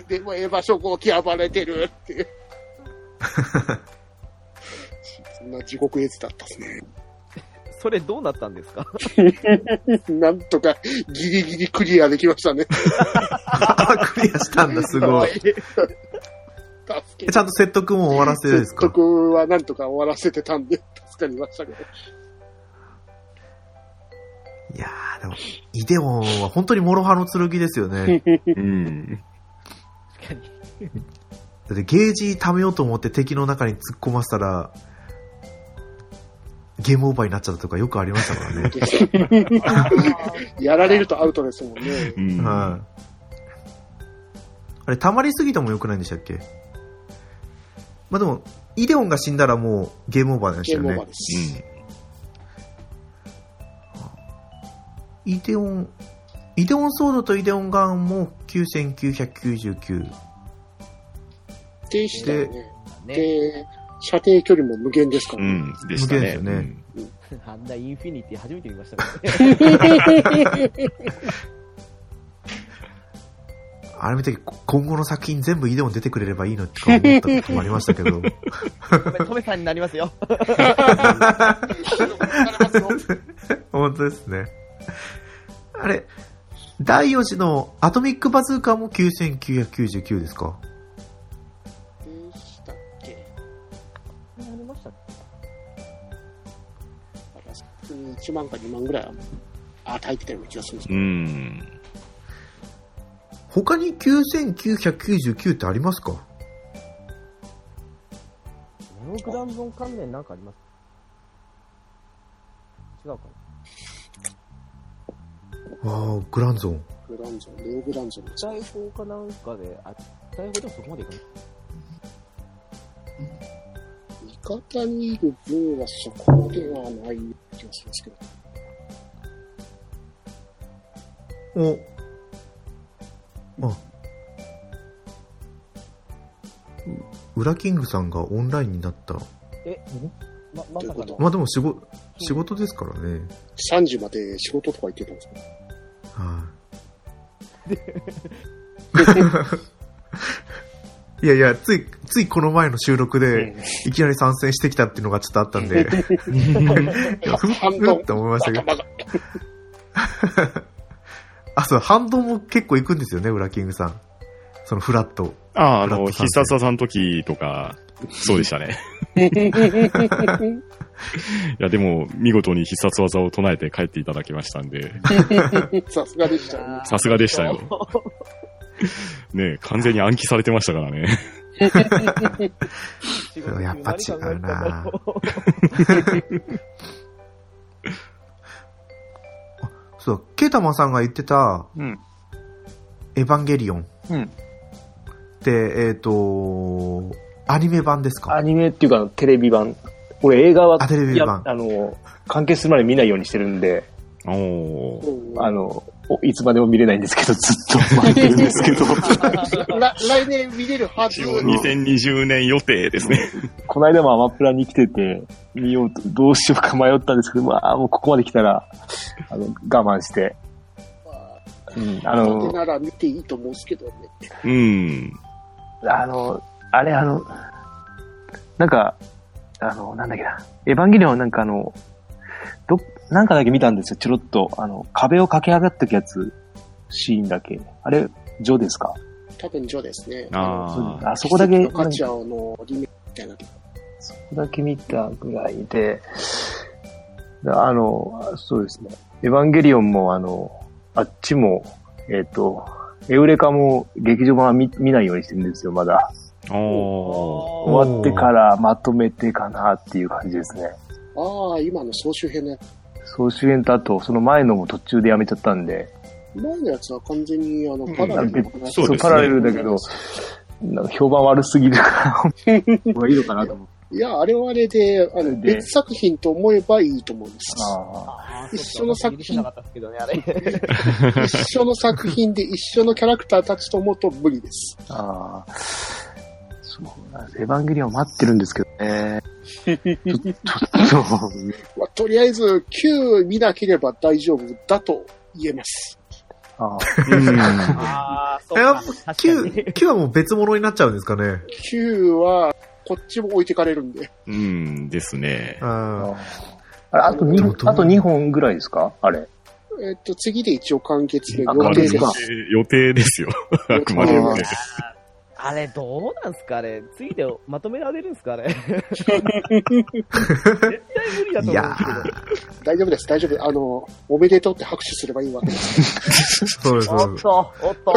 Speaker 4: でも、エヴァ諸国極まれてるっていう。 そんな地獄絵図だったですね。
Speaker 2: それどうなったんですか
Speaker 4: なんとかギリギリクリアできましたね。
Speaker 1: あ、クリアしたんだ、すごい。
Speaker 4: 助け
Speaker 1: ちゃんと説得も終わらせるんです
Speaker 4: 説
Speaker 1: か
Speaker 4: 得はなんとか終わらせてたんで、助かりましたけど。
Speaker 1: いやー、でも、イデオンは本当に諸刃の剣ですよね。
Speaker 3: うん。
Speaker 2: 確かに。
Speaker 1: だってゲージ貯めようと思って敵の中に突っ込ませたら、ゲームオーバーになっちゃったとかよくありましたから ね。
Speaker 4: やられるとアウトですもんね。
Speaker 3: うん。
Speaker 1: はい。あれ、溜まりすぎても良くないんでしたっけまあでも、イデオンが死んだらもうゲームオーバーなんです
Speaker 4: ゲー
Speaker 1: よ
Speaker 4: ムオーバー
Speaker 1: ね
Speaker 4: で。す。
Speaker 1: イデオン、イデオンソードとイデオンガンも9999。
Speaker 4: でしたよね。
Speaker 2: ね。
Speaker 4: で、射程距離も無限ですか
Speaker 3: う
Speaker 4: らね。
Speaker 3: ん。でした
Speaker 1: 無限です
Speaker 3: ね。
Speaker 1: よね
Speaker 3: うん
Speaker 2: あんなインフィニティ初めて見ましたからね。
Speaker 1: あれ見て、今後の作品全部イデオン出てくれればいいのとか思ったこともありましたけど。
Speaker 2: ごめんトメさんになりますよ。
Speaker 1: 本当ですね。あれ、第4次のアトミックバズーカも9999ですか
Speaker 4: でしたっけ
Speaker 2: なりました
Speaker 4: うん1万か2万ぐらいは、あ、入ってたような気がするんです
Speaker 3: うん。
Speaker 1: 他に9999ってありますか
Speaker 2: モノクランドン関連なんかあります違うか
Speaker 1: ああ、グランゾーン。
Speaker 4: グランゾン、レオグランゾンの
Speaker 2: な。大砲かなんかで、あ、大砲でもそこまでいかない。
Speaker 4: 味方にいる分はそこまではない気がしますけど。
Speaker 1: お。あ。ウラキングさんがオンラインになった。
Speaker 2: え、ま、まさか
Speaker 4: どういう
Speaker 2: の
Speaker 4: こ。
Speaker 1: まあでも仕事、仕事ですからね。
Speaker 4: 3時まで仕事とか行ってたんですか
Speaker 1: はいいやいや、つい、ついこの前の収録で、いきなり参戦してきたっていうのがちょっとあったんで、いやふっ
Speaker 4: 反
Speaker 1: ふ
Speaker 4: 動
Speaker 1: っと思いましたけど、
Speaker 4: 頭が。
Speaker 1: あ、そう、反動も結構行くんですよね、ウラキングさん。そのフラット。
Speaker 3: ああ、あ
Speaker 1: フラッ
Speaker 3: の、
Speaker 1: ト参戦
Speaker 3: 必殺技の時とか、そうでし たね。いや、でも、見事に必殺技を唱えて帰っていただきましたんで、
Speaker 4: さすがでした ね。
Speaker 3: さすがでし たよ。ねえ完全に暗記されてましたからね。
Speaker 2: 仕事中
Speaker 1: やっぱ違うな
Speaker 2: 何考えてたんだろ
Speaker 1: そうだ、ケータマンさんが言ってた、
Speaker 5: うん
Speaker 1: エヴァンゲリオン。
Speaker 5: うん
Speaker 1: って、えっ、と、アニメ版です
Speaker 5: ア
Speaker 1: か
Speaker 5: ニメっていうか、テレビ版。俺映画は
Speaker 1: あ、、テレ
Speaker 5: い
Speaker 1: ビ
Speaker 5: や、
Speaker 1: 版。
Speaker 5: あの、完結するまで見ないようにしてるんで、
Speaker 3: おー
Speaker 4: うん
Speaker 5: あの、おいつまでも見れないんですけど、ずっと待ってるんで すけど、
Speaker 4: ら 来年見れるはず。
Speaker 3: 2020年予定ですね。
Speaker 5: この間もアマプラに来てて、見ようと、どうしようか迷ったんですけど、まあ、もうここまで来たら、あの、我慢して、うん、あ
Speaker 4: それ
Speaker 5: の、
Speaker 4: なら見ていいと思うんですけどね。
Speaker 3: うん。
Speaker 5: あの、あれ、あの、なんか、あの、なんだっけな、エヴァンゲリオンなんかあの、ど、なんかだけ見たんですよ、ちょろっと。あの、壁を駆け上がってくやつ、シーンだけ。あれ、ジョーですか
Speaker 4: 多分ジョーですね。
Speaker 3: ああ。
Speaker 5: あそこだけ、
Speaker 4: 奇
Speaker 5: な
Speaker 4: 跡
Speaker 5: ん
Speaker 4: と
Speaker 5: か
Speaker 4: カチャオのリメイクみたいな。
Speaker 5: そこだけ見たぐらいで、あの、そうですね。エヴァンゲリオンも、あの、あっちも、えっ、と、エウレカも劇場版は見見ないようにしてるんですよ、まだ。
Speaker 3: おー
Speaker 2: う
Speaker 5: 終わってからまとめてかなっていう感じですね。
Speaker 4: ああ、今の総集編のやつ。
Speaker 5: 総集編とあと、その前のも途中でやめちゃったんで、
Speaker 4: 前のやつは完全にあのパラレルの話
Speaker 3: そうですね
Speaker 5: パラレルだけど、なんか評判悪すぎるか
Speaker 6: こ
Speaker 5: ら、
Speaker 6: れいいのかなと思って。
Speaker 4: いや、あれはあれで、あの
Speaker 5: で
Speaker 4: 別作品と思えばいいと思うんです。
Speaker 2: あー
Speaker 4: 一緒の作品
Speaker 2: そっか私見てなかったですけどね、あれ。
Speaker 4: 一緒の作品で一緒のキャラクターたちと思うと無理です。
Speaker 5: ああ。そうなんです。エヴァンゲリオン待ってるんですけどね。ちょっと、
Speaker 4: まあ、とりあえず、9見なければ大丈夫だと言えます。
Speaker 5: ああ
Speaker 2: ああ、そ
Speaker 1: え、もう
Speaker 2: うか。確かに
Speaker 1: 9、9はもう別物になっちゃうんですかね。
Speaker 4: 9は、こっちも置いてかれるんで。
Speaker 3: うんですね。
Speaker 1: あ
Speaker 5: あ れあと二
Speaker 1: でもどう
Speaker 5: あと2本ぐらいですかあれ。
Speaker 4: えっと、次で一応完結で
Speaker 5: あ
Speaker 4: 予定です
Speaker 5: 完。
Speaker 3: 予定ですよ。あくまでもね。
Speaker 2: あれ、どうなんすかあれ。次でまとめられるんすかあ れ。絶対無理だ
Speaker 1: あ
Speaker 2: と
Speaker 1: い
Speaker 2: 思
Speaker 1: や
Speaker 2: うんですけど。
Speaker 1: ー、
Speaker 4: 大丈夫です、大丈夫。あの、おめでとうって拍手すればいいわけです。
Speaker 1: そうです。そう
Speaker 2: お
Speaker 1: で
Speaker 2: っ
Speaker 1: す
Speaker 2: と、おっと。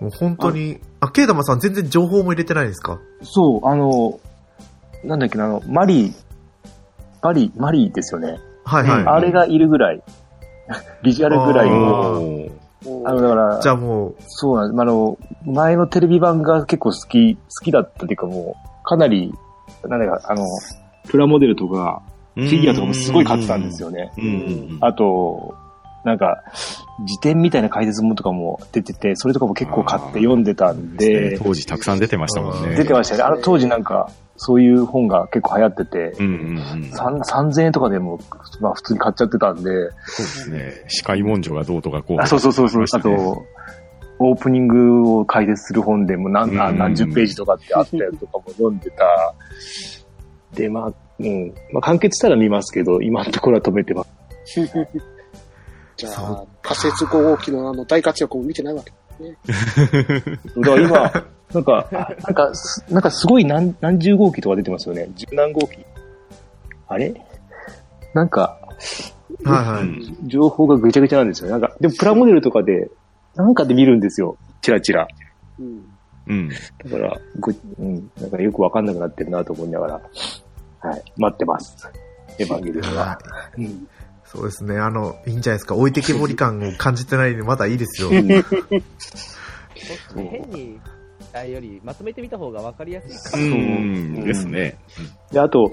Speaker 1: もう本当に、あ、ケータマンさん全然情報も入れてないですか
Speaker 5: そう、あの、なんだっけな、あの、マリー、マリー、マリーですよね。
Speaker 1: はい
Speaker 3: うん
Speaker 1: は
Speaker 5: あれがいるぐらい。 ビジュアルぐらいの。
Speaker 3: おー
Speaker 4: もう
Speaker 5: あの、だから、
Speaker 1: い。じゃあも
Speaker 5: そうなんです。あの、前のテレビ版が結構好き、好きだったっていうかもう、かなり、なんだか、あの、
Speaker 6: プラモデルとか、
Speaker 3: フ
Speaker 5: フィギュアとかもすごい買ってたんです。よね。
Speaker 3: うんうんうん。
Speaker 5: あと、なんか、辞典みたいな解説本とかも出てて、それとかも結構買って読んでた
Speaker 3: ね
Speaker 5: んで、
Speaker 3: 当時たくさん出てましたもんね。
Speaker 5: 出てましたよね。あの当時なんか、そういう本が結構流行ってて、
Speaker 3: うんうんうん。そ
Speaker 5: 三3000円とかでも、まあ普通に買っちゃってたんで、
Speaker 3: うですね。司会文書がどうとかこう。
Speaker 5: あそうそうそうそう、
Speaker 3: そ
Speaker 5: あ
Speaker 3: うでしたね
Speaker 5: と、オープニングを解説する本でも何,、
Speaker 3: うん
Speaker 5: 何十ページとかってあったやつとかも読んでた。で、まあ、うん。まあ完結したら見ますけど、今のところは止めてます。
Speaker 4: じゃ
Speaker 1: そ
Speaker 4: あ、仮説5号機のあの、大活躍も見てないわけ。
Speaker 5: だか ら今、なんか、なんかす、なんかすごい何何十号機とか出てますよね。十何号機。あれなんか、
Speaker 1: う、はいは
Speaker 3: う
Speaker 1: い。
Speaker 3: ん
Speaker 5: 情報がぐちゃぐちゃなんですよね。なんか、でもプラモデルとかで、なんかで見るんですよ。チラチラ。
Speaker 4: うん。
Speaker 3: うん。
Speaker 5: だから、ぐ、うん、なんかよくわかんなくなってるなと思いながら、はい、待ってます。エヴァンゲリオ ンは。
Speaker 4: うん
Speaker 1: そうですね。あの、いいんじゃないですか。置いてけぼり感を感じてないんで、まだいいですよ。
Speaker 2: そう変に、あより、まとめてみた方が分かりやすいか
Speaker 3: う
Speaker 2: ら。
Speaker 3: ん、ですね。
Speaker 5: で、あと、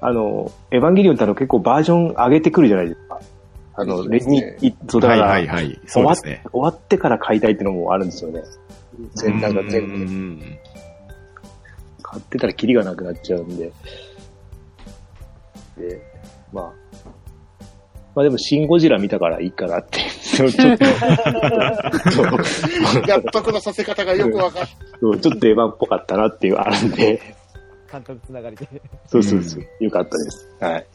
Speaker 5: あの、エヴァンゲリオンってあの結構バージョン上げてくるじゃないですか。あの、レ
Speaker 4: そう
Speaker 5: に
Speaker 4: です、
Speaker 5: いそうだか
Speaker 3: はい
Speaker 5: ら、
Speaker 3: はいはい。そ
Speaker 5: 終
Speaker 3: う
Speaker 5: わ
Speaker 3: で
Speaker 5: っ
Speaker 3: すね。
Speaker 5: 終わってから買いたいってのもあるんですよね。全、なんか
Speaker 3: う
Speaker 5: 全部。
Speaker 3: ん
Speaker 5: 買ってたらキリがなくなっちゃうんで。で、まあ。まあでも、シン・ゴジラ見たからいいか なって。ちょっと、 そう
Speaker 4: 納得のさせ方がよくわかる。
Speaker 5: そうちょっとエヴァンっぽかったなっていうあるん で、
Speaker 2: 感覚つながりで。
Speaker 5: そうそうそう、よかったです。はい。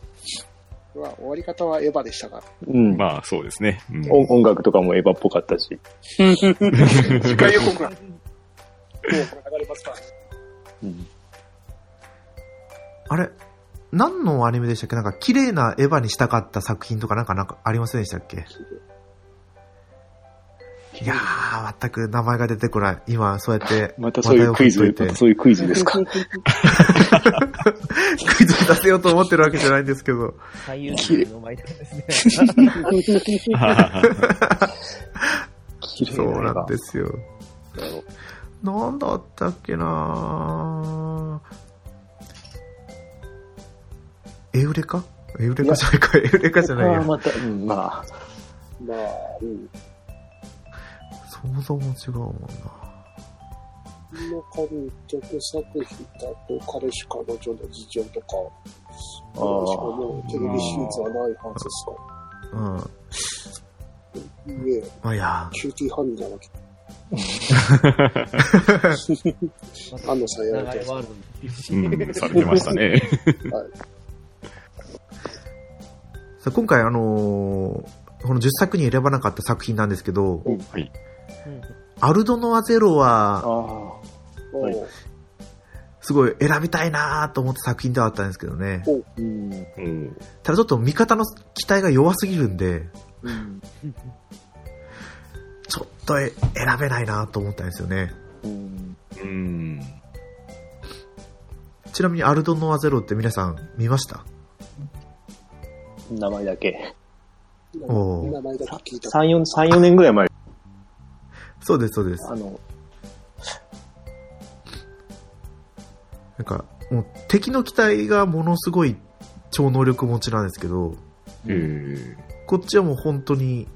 Speaker 4: まあ終わり方はエヴァでしたが。
Speaker 5: うん。
Speaker 3: まあ、そうですね。うん
Speaker 5: 音音楽とかもエヴァっぽかったし。
Speaker 4: 次回予告 が。もう流れますか。
Speaker 5: うん
Speaker 1: あれ何のアニメでしたっけなんか、綺麗なエヴァにしたかった作品とかなんか、なんかありませんでしたっけいやー、全く名前が出てこない。今、そうやって。
Speaker 5: またそういうクイズ、
Speaker 1: 話題を振っといて
Speaker 5: そういうクイズですか。
Speaker 1: クイズ出せようと思ってるわけじゃないんですけど。
Speaker 2: 俳優陣のマ イナスですね。
Speaker 5: 綺麗
Speaker 1: そう
Speaker 5: な絵
Speaker 1: なん
Speaker 5: が
Speaker 1: ですよ。なんだったっけなぁエウレカエウレカじゃないか、エウレカじゃない
Speaker 5: あ
Speaker 1: や
Speaker 5: ー。また、うん、まあ、
Speaker 4: まあ、うん。
Speaker 1: 想像も違うもんな。
Speaker 4: この監督作品だと、彼氏彼女の事情とか、
Speaker 5: あー
Speaker 4: これしかもうテレビシリーズはないはずですか
Speaker 1: うん。
Speaker 4: ら。ねえ、
Speaker 1: まあいや、
Speaker 4: キューティーハニーなわけ。 安野さんやら
Speaker 2: 長
Speaker 4: れ
Speaker 2: い
Speaker 4: てま
Speaker 2: ワールドに
Speaker 3: うんされてましたね。
Speaker 1: さあ今回あのーこの10作に選ばなかった作品なんですけど、
Speaker 3: はい。
Speaker 2: うん
Speaker 1: アルドノアゼロは、
Speaker 5: あ
Speaker 4: す。
Speaker 5: はい
Speaker 4: も
Speaker 1: すごい選びたいなーと思った作品ではあったんですけどね。
Speaker 5: ーうん。
Speaker 3: うん
Speaker 1: ただちょっと味方の期待が弱すぎるんで、ちょっとえ選べないなと思ったんですよね。
Speaker 5: うん。
Speaker 3: うん
Speaker 1: ちなみにアルドノアゼロって皆さん見ました
Speaker 5: 名前だけ。
Speaker 1: お
Speaker 4: う
Speaker 1: ー
Speaker 4: 名前だけ聞いた。
Speaker 5: 3、4、三四年ぐらい前、
Speaker 1: そうです、そうです。
Speaker 5: あの、
Speaker 1: なんか、もう敵の機体がものすごい超能力持ちなんですけど、
Speaker 3: えー
Speaker 1: こっちはもう本当に、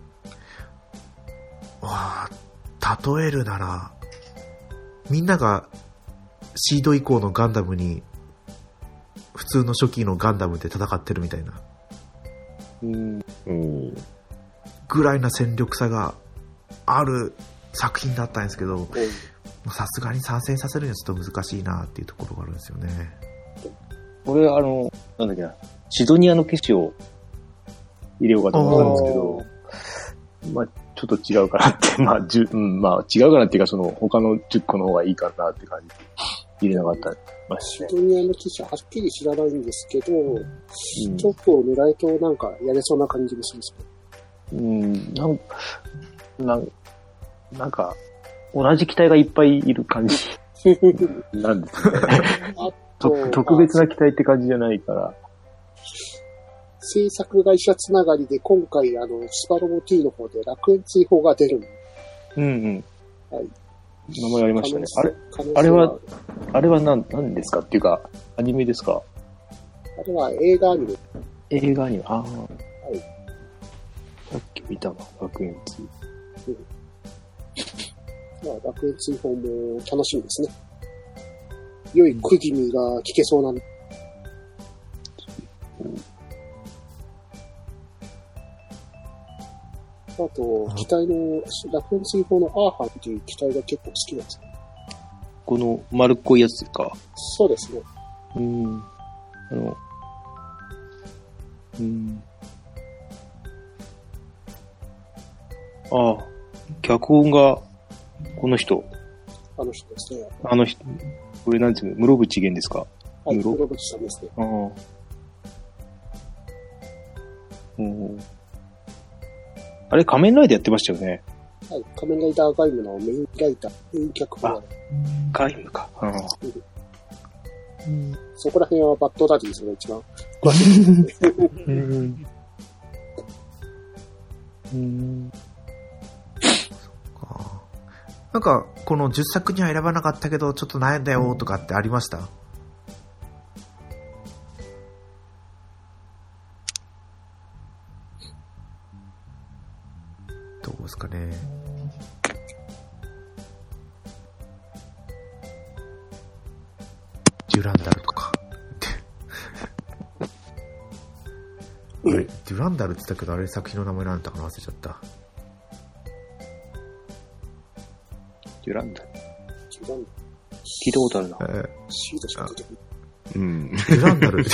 Speaker 1: わあ例えるなら、みんながシード以降のガンダムに、普通の初期のガンダムで戦ってるみたいな、
Speaker 5: うん。
Speaker 3: おー
Speaker 1: ぐらいな戦力差がある作品だったんですけど、さすがに参戦させるにはちょっと難しいなっていうところがあるんですよね。
Speaker 5: 俺、あの、なんだっけな、シドニアの騎士を入れようかと思ったんですけど、まあ、ちょっと違うかなって、 まあ、じゅうん、まあ、違うかなっていうか、その、他の10個の方がいいかなって感じ。入れなかったまし
Speaker 4: シ
Speaker 5: ね。
Speaker 4: ドニアの記者はっきり知らないんですけど、
Speaker 5: うん
Speaker 4: トップを狙いとなんかやれそうな感じもするんですけど。
Speaker 5: うん、なん、なん、なんか、同じ機体がいっぱいいる感じ なんです ね。と特別な機体って感じじゃないから。
Speaker 4: 制作会社つながりで今回あの、スパロボ T の方で楽園追放が出る。
Speaker 5: うんうん。
Speaker 4: はい
Speaker 5: 名前ありましたね。あれ、
Speaker 4: 可能性
Speaker 5: あれは、あれは何、何ですかっていうか、アニメですか
Speaker 4: あれは映画アニメ。
Speaker 5: 映画アニメ。ああ。はいさっき見たわ、学園2。
Speaker 4: まあ、楽園追放も楽しみですね。良いクギミが聞けそうなんで、あと、機体の、楽園追放のアーハンっていう機体が結構好きなんですね。
Speaker 5: この丸っこいやつか。
Speaker 4: そうですね。
Speaker 5: うん。あの、うん。ああ、脚本が、この人、
Speaker 4: あの人ですね。
Speaker 5: あの人、これなんていうの、室淵源ですか
Speaker 4: はい、
Speaker 5: ムロ
Speaker 4: 黒渕さんですね。
Speaker 5: ああ。うん。あれ、仮面ライダーやってましたよね。
Speaker 4: はい、仮面ライダーガイムのメインライター、メイン脚本
Speaker 5: あガイムか。うん。
Speaker 4: そこら辺はバッドダディさんが一番。
Speaker 5: うん。うん。
Speaker 1: かなんか、この10作には選ばなかったけど、ちょっと悩んだよとかってありましたどうですかね。デュランダルとか。あれ、デュランダルって言ったけど、あれ作品の名前なんだったかな忘れちゃった。
Speaker 5: デュランダル。
Speaker 4: 一番
Speaker 5: 聞いたことあるな
Speaker 1: え。ー
Speaker 4: シートしか出てこない
Speaker 3: うん。
Speaker 1: デュランダル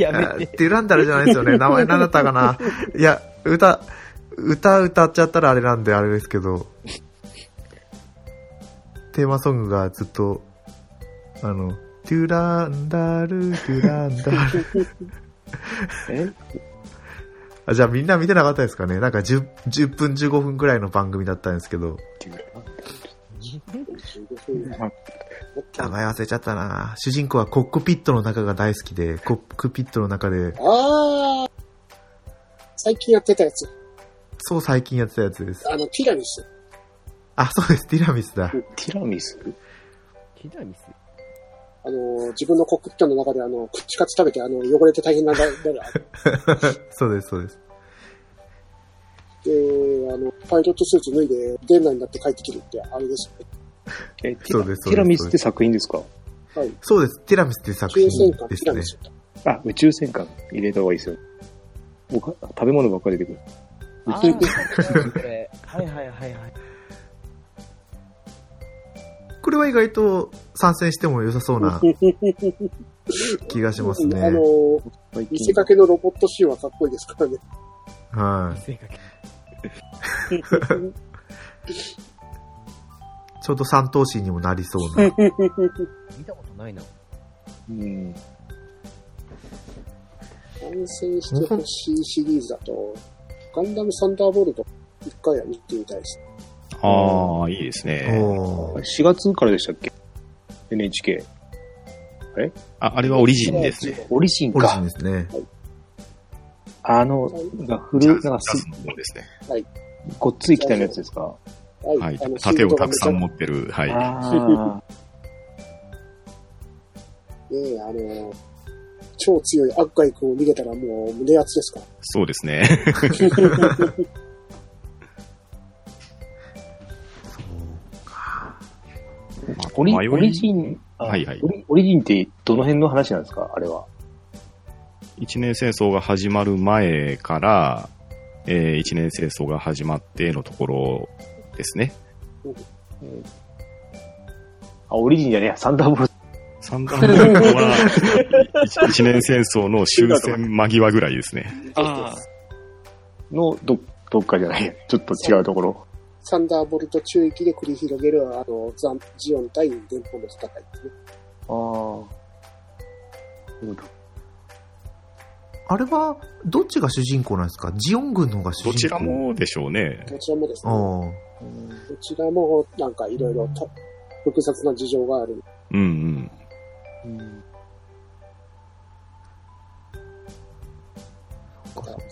Speaker 2: や
Speaker 1: あ
Speaker 2: めて。
Speaker 1: デュランダルじゃないですよね。名前何だったかな。いや、歌、歌歌っちゃったらあれなんであれですけど、テーマソングがずっと、あの、デュランダル、デュランダル。
Speaker 5: え
Speaker 1: あじゃあみんな見てなかったですかねなんか 10, 10分15分くらいの番組だったんですけど、
Speaker 4: 15分ぐらい。もっと
Speaker 1: 名前忘れちゃったな主人公はコックピットの中が大好きで、コックピットの中で、
Speaker 4: あー最近やってたやつ。
Speaker 1: そう最近やってたやつです。
Speaker 4: あの、ティラミス。
Speaker 1: あ、そうです、ティラミスだ。
Speaker 5: ティラミス
Speaker 2: ティラ ミス。
Speaker 4: あの、自分のコックピットの中で、あの、クッチカツ食べて、あの、汚れて大変なんだ、だら。
Speaker 1: そうです、そうです。
Speaker 4: で、あの、パイロットスーツ脱いで、店内になって帰ってきるって、あれですね。
Speaker 5: え、ティ
Speaker 1: そう
Speaker 5: ラ
Speaker 1: です
Speaker 5: ティラミスって作品ですか
Speaker 4: はい。
Speaker 1: そうです。ティラミスっていう作
Speaker 4: 抽
Speaker 1: 品
Speaker 4: 選官、
Speaker 1: で
Speaker 4: テ
Speaker 1: す
Speaker 4: ィラ
Speaker 1: ね
Speaker 4: ミ。スだっ
Speaker 5: あ、宇宙戦艦入れた方がいいですよ。おか食べ物ばっかり出てくる。
Speaker 2: あーこれはいはいはいはい。
Speaker 1: これは意外と参戦しても良さそうな気がします
Speaker 4: た。あ
Speaker 1: ね。
Speaker 4: の、
Speaker 5: 最
Speaker 4: 見せかけのロボットシーンはかっこいいですからね。
Speaker 1: はい。ちょうど三頭身にもなりそうな。
Speaker 2: 見たことないな。
Speaker 5: うん。
Speaker 4: 完成してほしいシリーズだと、ガンダムサンダーボルト、一回は見てみたいです。
Speaker 3: ああ、いいですね。
Speaker 1: おー
Speaker 5: 4月からでしたっけ ?NHK。
Speaker 3: あ、あれはオリジンですね。
Speaker 5: オリジン
Speaker 1: オリジン
Speaker 5: か。
Speaker 1: ですね。
Speaker 5: あの、が古、なんか
Speaker 3: ガ
Speaker 5: す
Speaker 3: ス、の方ですね。
Speaker 5: ごっつい機体のやつですか
Speaker 4: はい
Speaker 3: はい
Speaker 4: あの。
Speaker 3: 盾をたくさん
Speaker 4: シー
Speaker 3: 持ってる。はい。
Speaker 5: あ
Speaker 4: トがめちゃねえ、あの、超強いアッガイ君を見れたらもう胸熱ですから。
Speaker 3: そうです ね。
Speaker 5: あ。オリ
Speaker 3: 迷い
Speaker 5: オリジン、あ
Speaker 3: はいはい
Speaker 5: オリオリジンってどの辺の話なんですかあれは。
Speaker 3: 一年戦争が始まる前から、えー一年戦争が始まってのところですね。
Speaker 5: あ、オリジンじゃねえや、サンダーボルト。
Speaker 3: サンダーボルトは、 一一年戦争の終戦間際ぐらいですね。
Speaker 5: ああ。の、ど、どっかじゃないや。ちょっと違うところ。
Speaker 4: サンダーボルト中域で繰り広げる、あの、ザンジオン対電報の戦いですね。
Speaker 5: ああ。
Speaker 1: あれは、どっちが主人公なんですかジオン軍の方が主人公
Speaker 3: どちら。もでしょうね。
Speaker 4: どちらもですね。
Speaker 1: おー
Speaker 4: どちらも、なんかいろいろと複雑な事情がある。
Speaker 3: うんうん。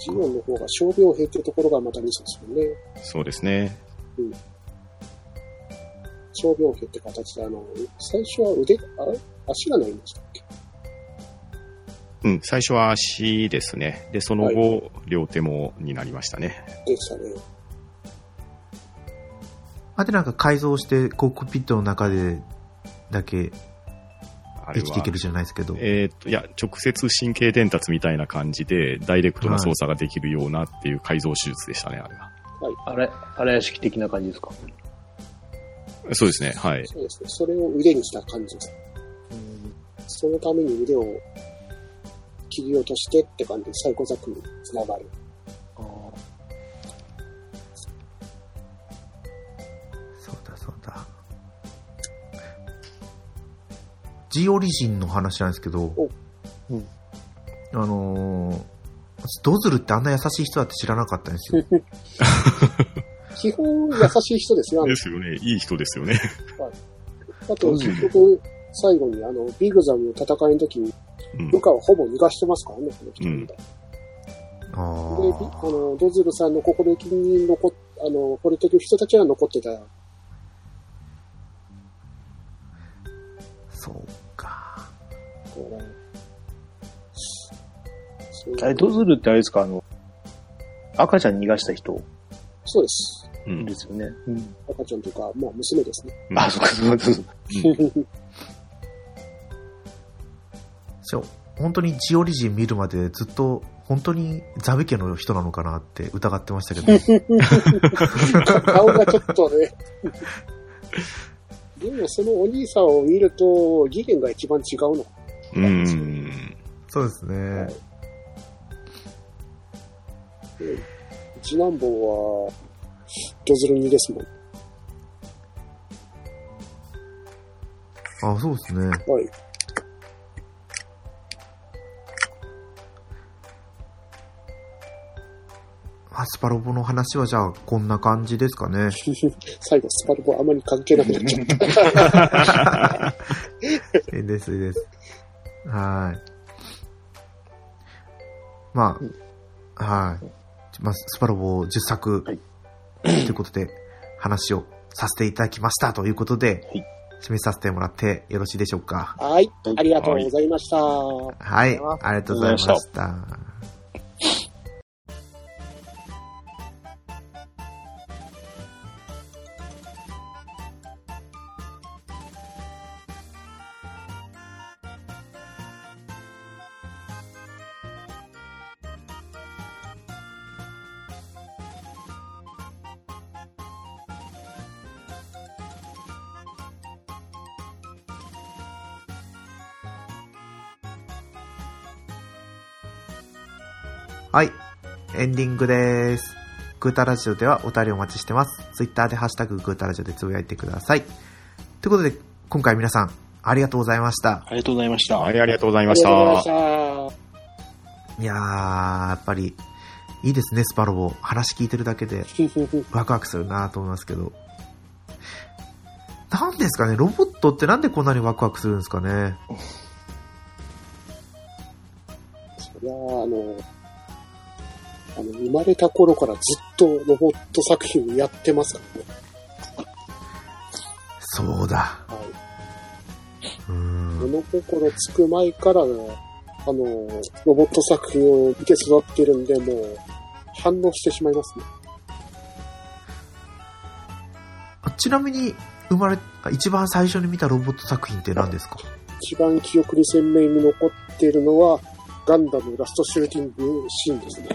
Speaker 4: ジオンの方が傷病兵ってところがまたミソですもんね。
Speaker 3: そうですね。
Speaker 4: 傷病兵って形で、あの、最初は腕が、あ足がないんでしたっけ
Speaker 3: うん、最初は足ですね。で、その後、両手もになりましたね。
Speaker 4: でしたね。
Speaker 1: あでなんか改造して、コックピットの中でだけ
Speaker 3: あれ
Speaker 1: 生きてい
Speaker 3: は
Speaker 1: け。るじゃないですけど。
Speaker 3: えーっと、いや、直接神経伝達みたいな感じで、ダイレクトな操作ができるようなっていう改造手術でしたね、あれは。
Speaker 5: あれ、荒屋敷的な感じですか
Speaker 3: そうですね、はい。
Speaker 4: そうですね。それを腕にした感じです。そのために腕を切り落としてって感じでサイコザクにつながる。
Speaker 1: そうだそうだ。ジオリジンの話なんですけど
Speaker 4: お、
Speaker 5: うん
Speaker 1: あのー、ドズルってあんな優しい人だって知らなかったん ですよ。
Speaker 4: 基 本優しい人ですよ。あの
Speaker 3: ですよね、いい人ですよね。
Speaker 4: あと、結局、最後にあの、ビグザムの戦いの時に、
Speaker 3: うん
Speaker 4: 部。下をほぼ逃がしてますからね、この人
Speaker 3: うん
Speaker 4: で、
Speaker 1: あ
Speaker 4: ビあ
Speaker 1: ー
Speaker 4: の、ドズルさんの心意気に残っ、あの、惚れてる人たちは残ってた。
Speaker 1: そうか。
Speaker 4: こうそう
Speaker 5: あれ、ドズルってあれですか、あの、赤ちゃん逃がした人
Speaker 4: そうです。
Speaker 3: うん
Speaker 5: ですよね。
Speaker 4: 赤ちゃんというか、まあ娘ですね。
Speaker 5: あ、そうか、そうか、そうか。
Speaker 1: そう。本当にジオリジン見るまでずっと、本当にザビ家の人なのかなって疑ってましたけ ど、
Speaker 4: 顔がちょっとね。 でもそのお兄さんを見ると、理念が一番違うの。
Speaker 3: うん。
Speaker 1: そうですね。
Speaker 4: 次男坊は、ドズルにですもん。
Speaker 1: あ、そうですね。
Speaker 4: はい。
Speaker 1: アスパロボの話はじゃあこんな感じですかね。
Speaker 4: 最後、スパルボあまり関係なくなっちゃった。
Speaker 1: えです、えです。はーい。まあ、はい。まあ、スパロボ10作、
Speaker 5: はい
Speaker 1: ということで、話をさせていただきましたということで、
Speaker 5: はい
Speaker 1: 締めさせてもらってよろしいでしょうか。
Speaker 4: はい。ありがとうございました。
Speaker 1: はい、ありがとうございました。はい。エンディングです。グータラジオではお便りお待ちしてます。ツイッターでハッシュタググータラジオでつぶやいてください。ということで、今回皆さん、ありがとうございました。
Speaker 5: ありがとうございました。
Speaker 3: はい、ありがとうござい
Speaker 4: あ
Speaker 3: ま
Speaker 4: り
Speaker 3: し
Speaker 4: がとうござい
Speaker 3: た
Speaker 4: まし。た。
Speaker 1: いやー、やっぱり、いいですね、スパロボ。話聞いてるだけで、ワクワクするなと思いますけど。なんですかね、ロボットってなんでこんなにワクワクするんですかね。
Speaker 4: そりゃあ、あの、あの、生まれた頃からずっとロボット作品やってますからね。
Speaker 1: そうだ。
Speaker 4: は
Speaker 1: うー
Speaker 4: い。
Speaker 1: ん。
Speaker 4: 物心つく前からね、あの、ロボット作品を見て育ってるんで、もう、反応してしまいますね。
Speaker 1: あちなみに、生まれ、あ一番最初に見たロボット作品って何ですか
Speaker 4: 一番記憶に鮮明に残っているのは、ガンダムラストシューティングシーンですね。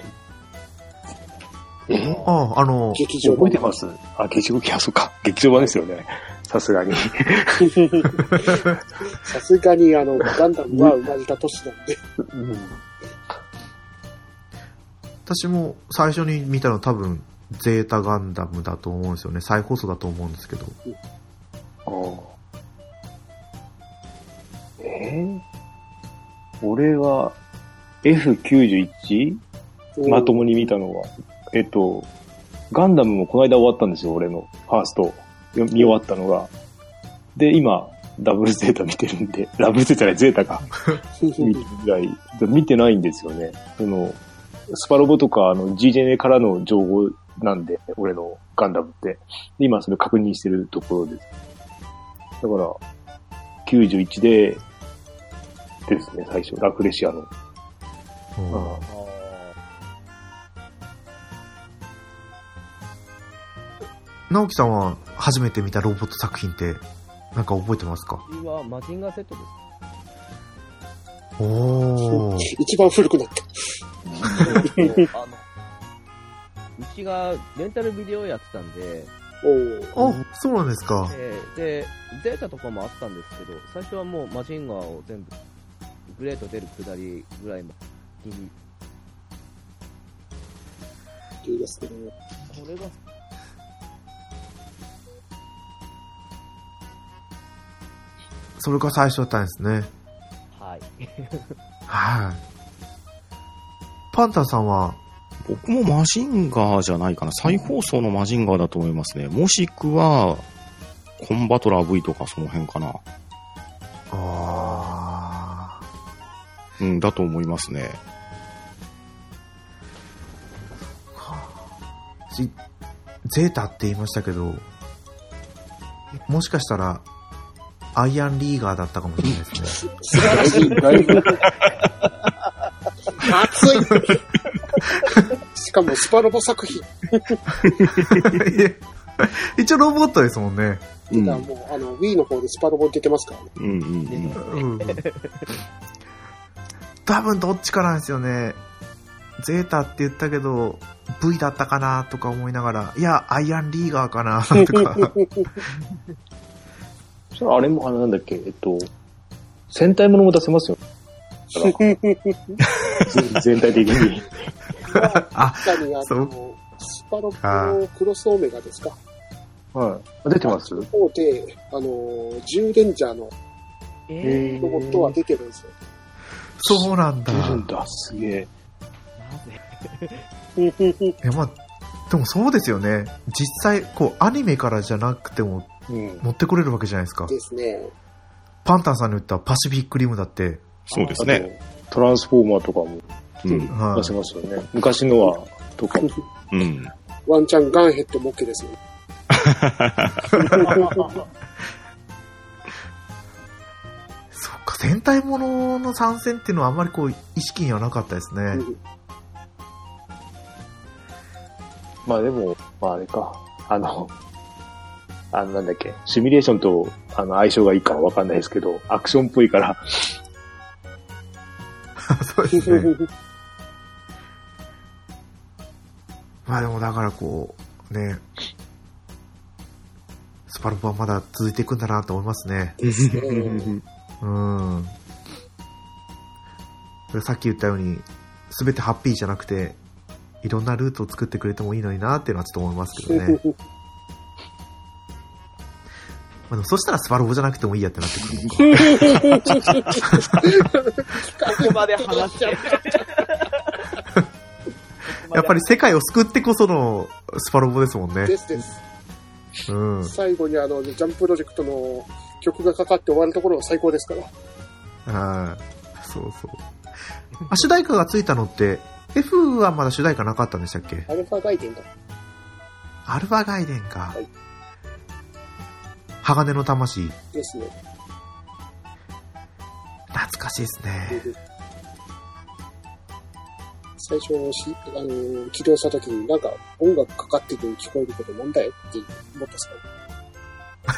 Speaker 5: え
Speaker 1: ああ、あの、
Speaker 4: 劇場
Speaker 5: 覚えてますあ、劇場、いや、そうか。劇場版ですよね。さすがに。
Speaker 4: さすがに、あの、ガンダムは生まれた年なんで。
Speaker 5: うん。
Speaker 1: 私も最初に見たの多分、ゼータガンダムだと思うんですよね。再放送だと思うんですけど。
Speaker 5: えー俺は F91? まともに見たのは。えっと、ガンダムもこの間終わったんですよ、俺の。ファースト。よ見終わったのが。で、今、ダブルゼータ見てるんで、ダブルゼータじゃない、ゼータか。見てるぐらい。見てないんですよね。その、スパロボとか、あの、GJN からの情報なんで、俺のガンダムって。で今、それ確認してるところです。だから、91で、ですね、最初、ラクレシア
Speaker 1: う
Speaker 5: の。
Speaker 1: ん直樹さんは初めて見たロボット作品って、なんか覚えてますか
Speaker 2: 私はマジンガーセットです。
Speaker 1: おー。
Speaker 4: 一番古くなった。
Speaker 2: あの、うちがレンタルビデオやってたんで、
Speaker 4: おー
Speaker 1: あ、そうなんですか。
Speaker 2: えーで、データとかもあったんですけど、最初はもうマジンガーを全部、グレート出るくだりぐらいまでに、
Speaker 4: いいですね。
Speaker 2: これが、
Speaker 1: それが最初だったんですね。
Speaker 2: はい。
Speaker 1: はい。パンタンさんは、
Speaker 3: 僕もマジンガーじゃないかな。再放送のマジンガーだと思いますね。もしくは、コンバトラー V とかその辺かな。
Speaker 1: ああ。
Speaker 3: うん、だと思いますね。
Speaker 1: しゼータって言いましたけど、もしかしたら、アイアンリーガーだったかもしれない ですね。
Speaker 5: だいぶ、
Speaker 4: 熱いしかもスパロボ作品
Speaker 1: いや一応ロボットですもんね。
Speaker 3: うん、う
Speaker 4: が
Speaker 3: ん、
Speaker 4: もう、あの、Wii の方でスパロボ出てますからね。
Speaker 3: うんうん。
Speaker 1: うん。多分どっちかなんですよね。ゼータって言ったけど、V だったかなとか思いながら、いや、アイアンリーガーかなとか。
Speaker 5: そしたらあれも、あの、なんだっけ、えっと、戦隊ものも出せますよ。 全体的に。
Speaker 1: あ、
Speaker 4: 確かに、あ
Speaker 1: そう
Speaker 4: の、スパロ
Speaker 1: あ
Speaker 4: ボのクロスオメガですか。
Speaker 5: はい。出てます
Speaker 4: の方で、あの、ジューレンジャーの
Speaker 2: え
Speaker 4: ロボットは出てるんですよ。
Speaker 1: そうなんだ。
Speaker 5: 出るん
Speaker 1: い
Speaker 5: だ、すげえ。
Speaker 2: ー、なぜ
Speaker 1: や、まあ、でもそうですよね。実際、こう、アニメからじゃなくても
Speaker 5: うん。
Speaker 1: 持ってこれるわけじゃないですか。
Speaker 4: ですね。
Speaker 1: パンタンさんに言ったパシフィックリムだって、
Speaker 3: そうです
Speaker 5: あ
Speaker 3: ね。
Speaker 5: とトランスフォーマーとかも
Speaker 3: うん。
Speaker 1: は
Speaker 5: 出せますよね。昔のは、とかも。
Speaker 3: うん。
Speaker 4: ワンチャンガンヘッドも OK ですよ。
Speaker 1: い、そっか、戦隊ものの参戦っていうのはあんまりこう、意識にはなかったですね。
Speaker 4: うん
Speaker 5: まあでも、まああれか。あの、あのなんだっけ、シミュレーションとあの相性がいいかはわかんないですけど、アクションっぽいから、
Speaker 1: そうですね。まあでもだからこう、ね、スパルボはまだ続いていくんだなと思いますね。うん。さっき言ったように、すべてハッピーじゃなくて、いろんなルートを作ってくれてもいいのになっていうのはちょっと思いますけどね。まあでもそしたらスパルボじゃなくてもいいやってなってくるのか。
Speaker 2: ここまで話しちゃう。
Speaker 1: やっぱり世界を救ってこそのスパロボですもんね。
Speaker 4: ですです。
Speaker 1: うん。
Speaker 4: 最後にあの、ジャンププロジェクトの曲がかかって終わるところが最高ですから。
Speaker 1: はい。そうそう。あ、主題歌がついたのって、F はまだ主題歌なかったんでしたっけ
Speaker 4: アルファガイデンが。
Speaker 1: アルファガイデンか
Speaker 4: はい。
Speaker 1: 鋼の魂。
Speaker 4: ですね。
Speaker 1: 懐かしいですね。
Speaker 4: 最初し、あの、起動した時になんか音楽かかってて聞こえるけどなんだよって思ったんですか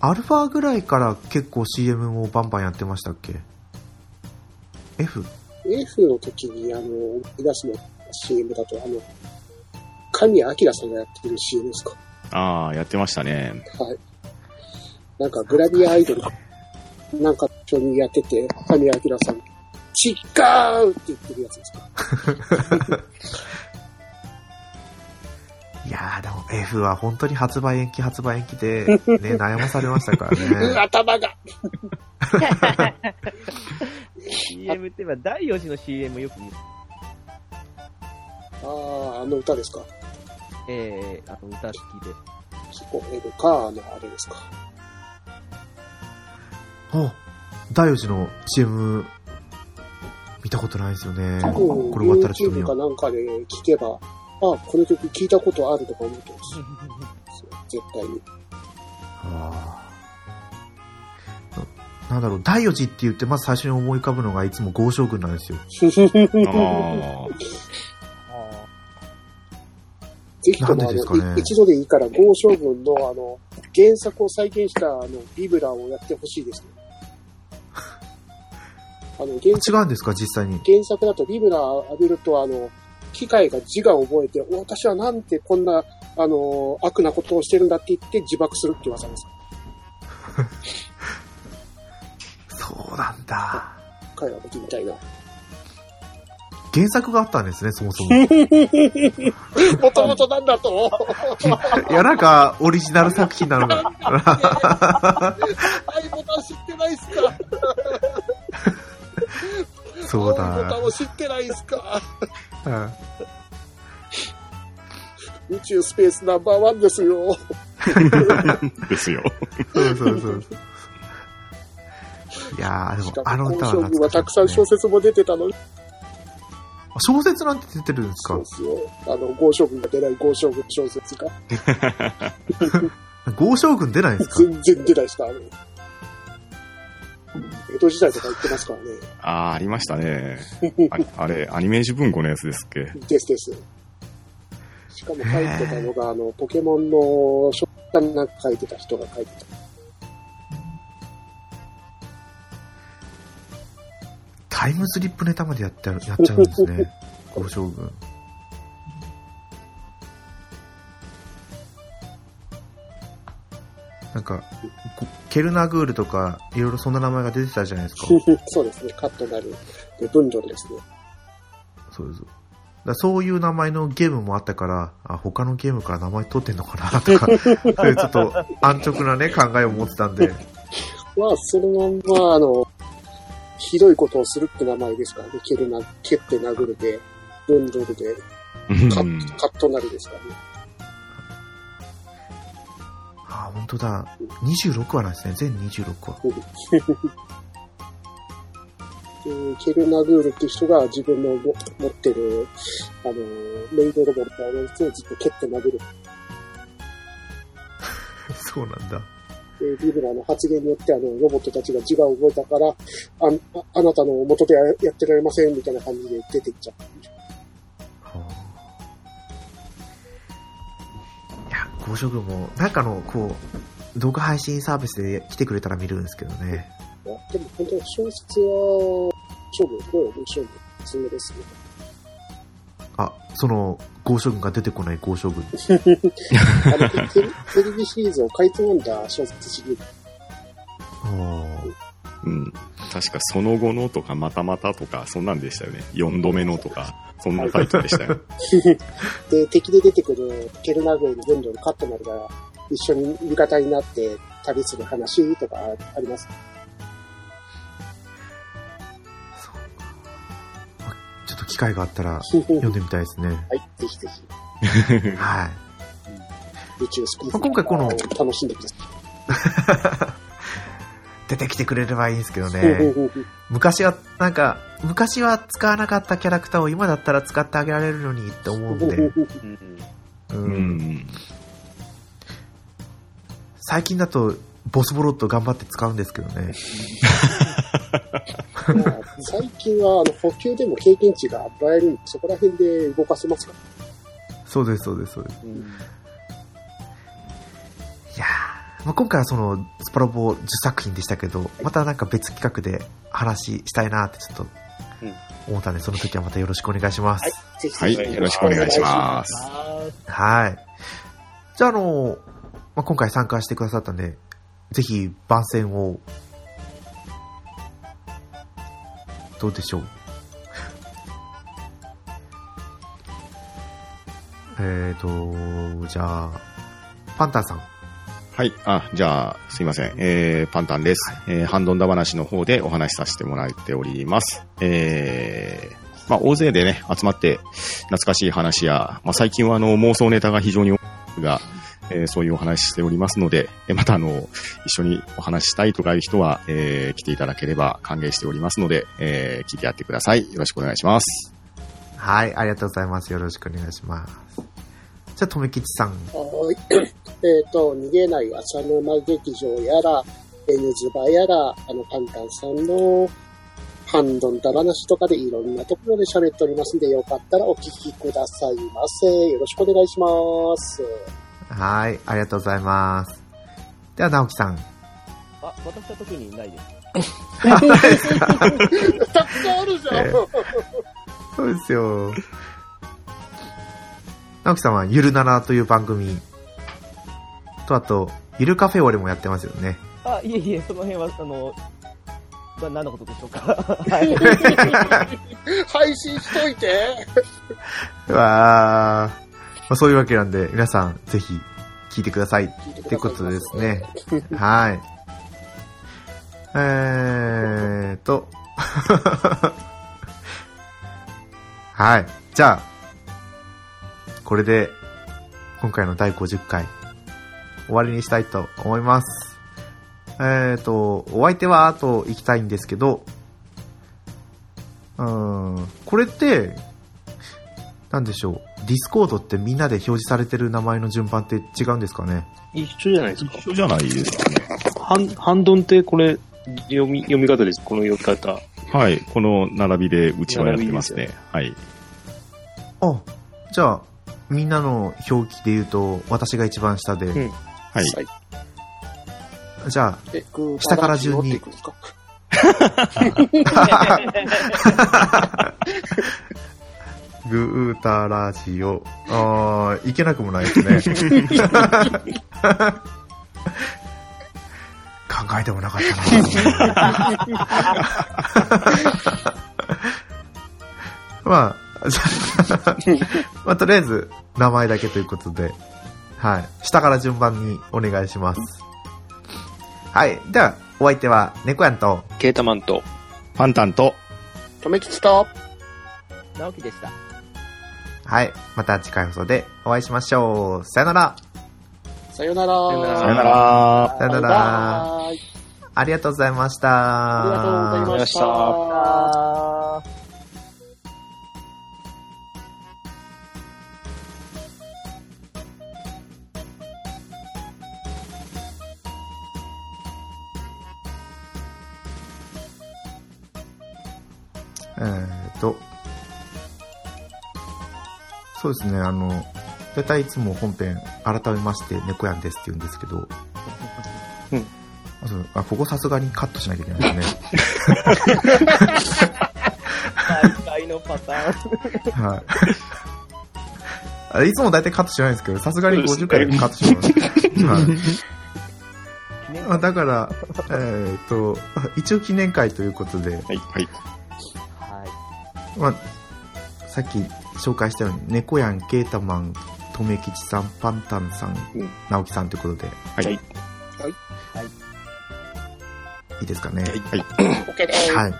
Speaker 1: アルファぐらいから結構 CM もバンバンやってましたっけ ?F?
Speaker 4: F の時に、あの、思い出すの CM だと、あの、神谷明さんがやってる CM ですか。
Speaker 3: ああ、やってましたね。
Speaker 4: はい。なんか、グラビアアイドルかなんか一緒にやってて、神谷明さん、違うって言ってるやつですか。
Speaker 1: いやーでも F は本当に発売延期発売延期で、 ね、悩まされましたから
Speaker 4: うわ
Speaker 1: ね。
Speaker 4: 頭が
Speaker 2: CM って言えば、第4次の CM よく見る。
Speaker 4: ああ、あの歌ですか。
Speaker 2: えー、あの歌好きで。
Speaker 4: そこ、えっと、カーのあれですか。
Speaker 1: お第4次の CM 見たことないですよね。
Speaker 4: 多分、
Speaker 1: これ終わったらちょっと見
Speaker 4: YouTube
Speaker 1: よう
Speaker 4: か。なんかで聞けば、ああ、この曲聞いたことあるとか思ってます。絶対に。
Speaker 1: ああ。なんだろう、第4次って言って、まず最初に思い浮かぶのがいつも豪将軍なんですよ。
Speaker 3: ああ。
Speaker 4: ぜひと
Speaker 1: な
Speaker 4: も
Speaker 1: んで
Speaker 4: あ
Speaker 1: ですかね
Speaker 4: の、い一度でいいから、豪将軍のあの、原作を再現したあの、ビブラをやってほしいですね。あの、原
Speaker 1: 違
Speaker 4: 作、
Speaker 1: うんですか、実際に。
Speaker 4: 原作だとビブラ浴びるとあの、機械が自我を覚えて、私はなんてこんな、あの、悪なことをしてるんだって言って自爆するって噂です。
Speaker 1: そうなんだ。
Speaker 4: 彼らの時みたいな。
Speaker 1: 原作があったんですね、そもそも。 い
Speaker 4: もともとなんだと
Speaker 1: や、なんか、オリジナル作品なのが。
Speaker 4: アイボタン知ってないっすか
Speaker 1: そう
Speaker 4: 青いボタン
Speaker 1: だ。
Speaker 4: を知ってないっすか
Speaker 1: うん
Speaker 4: 宇宙スペースナンバーワンですよ。
Speaker 3: ですよ。
Speaker 1: そうそうそうそう。いやー、でも
Speaker 4: しか、も
Speaker 1: あの歌は
Speaker 4: この将軍
Speaker 1: 懐か
Speaker 4: は
Speaker 1: しい
Speaker 4: たくさん小
Speaker 1: ですね
Speaker 4: 説も出てたのに、
Speaker 1: あ小説なんて出てるんです
Speaker 4: そう
Speaker 1: か
Speaker 4: ですよ。あの、豪将軍が出ない豪将軍小説が
Speaker 1: 豪将軍出ないんですか
Speaker 4: 全然出ないしか、あの、江戸時代とか言ってますからね。
Speaker 3: ああ、ありましたね。ああれ、アニメージュ文庫のやつですっけ。
Speaker 4: ですです。しかも書いてたのが、あの、ポケモンの書簡なんか書いてた人が書いてた。
Speaker 1: タイムスリップネタまでやってやるやっちゃうんです ね。豪将軍。なんか、こケルナグールとか、いろいろそんな名前が出てたじゃないですか。
Speaker 4: そうですね、カットになる。で、文章ですね。
Speaker 1: そうです。だからそういう名前のゲームもあったから、あ、他のゲームから名前取ってんのかな とか、そういうちょっと安直なね、考えを持ってたんで、
Speaker 4: まあ、そのまんま、あの、ひどいことをするって名前ですからね。蹴るな、蹴って殴るで、文章で、カ
Speaker 3: うん
Speaker 4: ッカットなるですからね。
Speaker 1: あ、本当だ。26話なんですね、全26話。
Speaker 4: でケルナグールって人が自分のも持ってる、あの、メイドロボみたいなやつをずっと蹴って殴る。
Speaker 1: そうなんだ。
Speaker 4: でビブラの発言によって、あの、ロボットたちが自我を覚えたから、あああなたの元でややってられません、みたいな感じで出ていっちゃった。
Speaker 1: はあいや、豪商軍も、なんかの、こう、動画配信サービスで来てくれたら見るんですけどね。
Speaker 4: いやでも本当に小説は、勝負、これは面白いおすすめですね。
Speaker 1: あ、その、豪商軍が出てこない豪商軍。
Speaker 4: あの、テレテレビシリーズをかいつまんだ小説シリーズ。
Speaker 1: あー
Speaker 3: うん確か、その後のとか、またまたとか、そんなんでしたよね。4度目のとか、そんなタイトルでしたよね。
Speaker 4: で、敵で出てくるケルナグエル文章のカットマルが一緒に味方になって旅する話とかあります。
Speaker 1: ちょっと機会があったら、
Speaker 4: は
Speaker 1: 読んでみたいですね。
Speaker 4: い、ぜひぜひ、
Speaker 1: はい。
Speaker 4: 宇宙スピー
Speaker 1: まあ今回この
Speaker 4: 楽しんでくださ
Speaker 1: 出てきてくれればいいんですけど
Speaker 4: い。
Speaker 1: ね。昔は、なんか、昔は使わなかったキャラクターを今だったら使ってあげられるのにって思うんで。
Speaker 2: うん。
Speaker 1: う、
Speaker 3: うんん。
Speaker 1: 最近だと、ボスボロット頑張って使うんですけどね。
Speaker 4: まあ最近はあの補給でも経験値がもらえるんで、そこら辺で動かせますか
Speaker 1: そうです、そうです、そうです。
Speaker 2: うん
Speaker 1: いやーまあ、今回はその、スパロボ10作品でしたけど、またなんか別企画で話したいなってちょっと
Speaker 2: うん、
Speaker 1: 思ったんで、その時はまたよろしくお願いします。
Speaker 4: ら。ぜひ
Speaker 3: は
Speaker 4: ぜひ
Speaker 3: い、よろしくお願いします。
Speaker 2: あ
Speaker 1: はい。じゃあ、あの、まあ、今回参加してくださったんで、ぜひ番宣を、どうでしょう。えーと、じゃあ、パンタンさん。
Speaker 3: はい、あ、じゃあ、すいません。えー、パンタンです。えー、ハンドンダ話の方でお話しさせてもらっております。えー、まあ、大勢でね、集まって、懐かしい話や、まあ、最近はあの、妄想ネタが非常に多いですが、えーそういうお話しておりますので、えーまたあの、一緒にお話ししたいとかいう人は、えー、来ていただければ歓迎しておりますので、えー、聞いてやってください。よろしくお願いします。
Speaker 1: はい、ありがとうございます。よろしくお願いします。じゃあ、とめきちさん。
Speaker 4: はいえっと、逃げない朝の間劇場やら、N ズバやら、あの、パンタンさんの、ハンドンダ話とかでいろんなところで喋っておりますんで、よかったらお聞きくださいませ。よろしくお願いします。
Speaker 1: はい、ありがとうございます。では、直樹さん。
Speaker 2: あ、私は特にないです。
Speaker 4: たくさんあるじゃん、
Speaker 1: えそうですよ。直樹さんは、ゆるならという番組と、あと、ゆるカフェオレもやってますよね。
Speaker 2: あ、いえいえ、その辺は、あの、まあ、何のことでしょうか。はい。
Speaker 4: 配信しといて。
Speaker 1: うわあ、まあ、そういうわけなんで、皆さん、ぜひ、聞いてください。っ
Speaker 4: 聞いてく
Speaker 1: て
Speaker 4: ださ
Speaker 1: こ
Speaker 4: いませ
Speaker 1: とですね。はい。えーっと。 はい。じゃあ、これで、今回の第50回、終わりにしたいと思います。えっ、と、お相手はあと行きたいんですけど、うーん、これって、なんでしょう、ディスコードってみんなで表示されてる名前の順番って違うんですかね
Speaker 5: 一緒じゃないですか。
Speaker 3: 一緒じゃないですかね。
Speaker 5: ハン、ハンドンってこれ、読み、読み方です。この読み方。
Speaker 3: はい。この並びでうちはやってますね。はい。
Speaker 1: あ、じゃあ、みんなの表記で言うと、私が一番下で、
Speaker 5: ん
Speaker 3: はい。
Speaker 1: じゃ
Speaker 4: えグー
Speaker 1: 下から順に
Speaker 4: バラッチ持っていくんです
Speaker 1: あ、
Speaker 4: か
Speaker 1: グータラジオ。あーいけなくもないですね。 考えてもなかったな。 まあ、 じゃあまあ、とりあえず、名前だけということで、はい。下から順番にお願いします。はい。では、お相手は、猫やんと、
Speaker 5: ケータマンと。
Speaker 3: パンタンと、
Speaker 4: とめきちと、
Speaker 2: 直樹でした。
Speaker 1: はい。また次回放送でお会いしましょう。さよなら。
Speaker 4: さよな
Speaker 2: さよなら
Speaker 4: ら。
Speaker 3: さよなら。
Speaker 1: さよなら。
Speaker 4: バイバイ
Speaker 1: ありがとうございました。
Speaker 4: ありがとうございまし
Speaker 5: ありがとうご
Speaker 4: た。
Speaker 1: えーっと、そうですね、あの、大体いつも本編、改めまして、猫やんですって言うんですけど、
Speaker 5: うん
Speaker 1: あそうあここさすがにカットしなきゃいけないですね。
Speaker 2: 大体のパターン。
Speaker 1: はいあ。いつも大体カットしないんですけど、さすがに50回カットします。はい
Speaker 2: 記念
Speaker 1: まあだから、えーっと、一応記念会ということで、
Speaker 3: はい。はい。
Speaker 2: はい。
Speaker 1: まあ、さっき紹介したように、猫やん、ケータマン、とめきちさん、パンタンさん、
Speaker 5: うん
Speaker 1: 直樹さんということで、
Speaker 3: はい。はい。
Speaker 1: いいですかね。
Speaker 3: はい。
Speaker 4: OK です。
Speaker 1: はい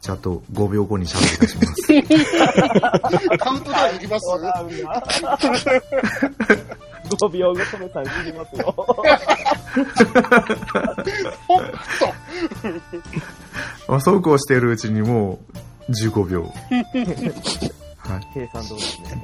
Speaker 1: じゃあ、あと5秒後にシャッいたし ます。
Speaker 4: カウントダウンいります
Speaker 2: 5秒後、トメさん切りますよ。
Speaker 4: おっと
Speaker 1: まあ、そうこうしているうちにもう15秒。はい。
Speaker 2: 計算通りですね。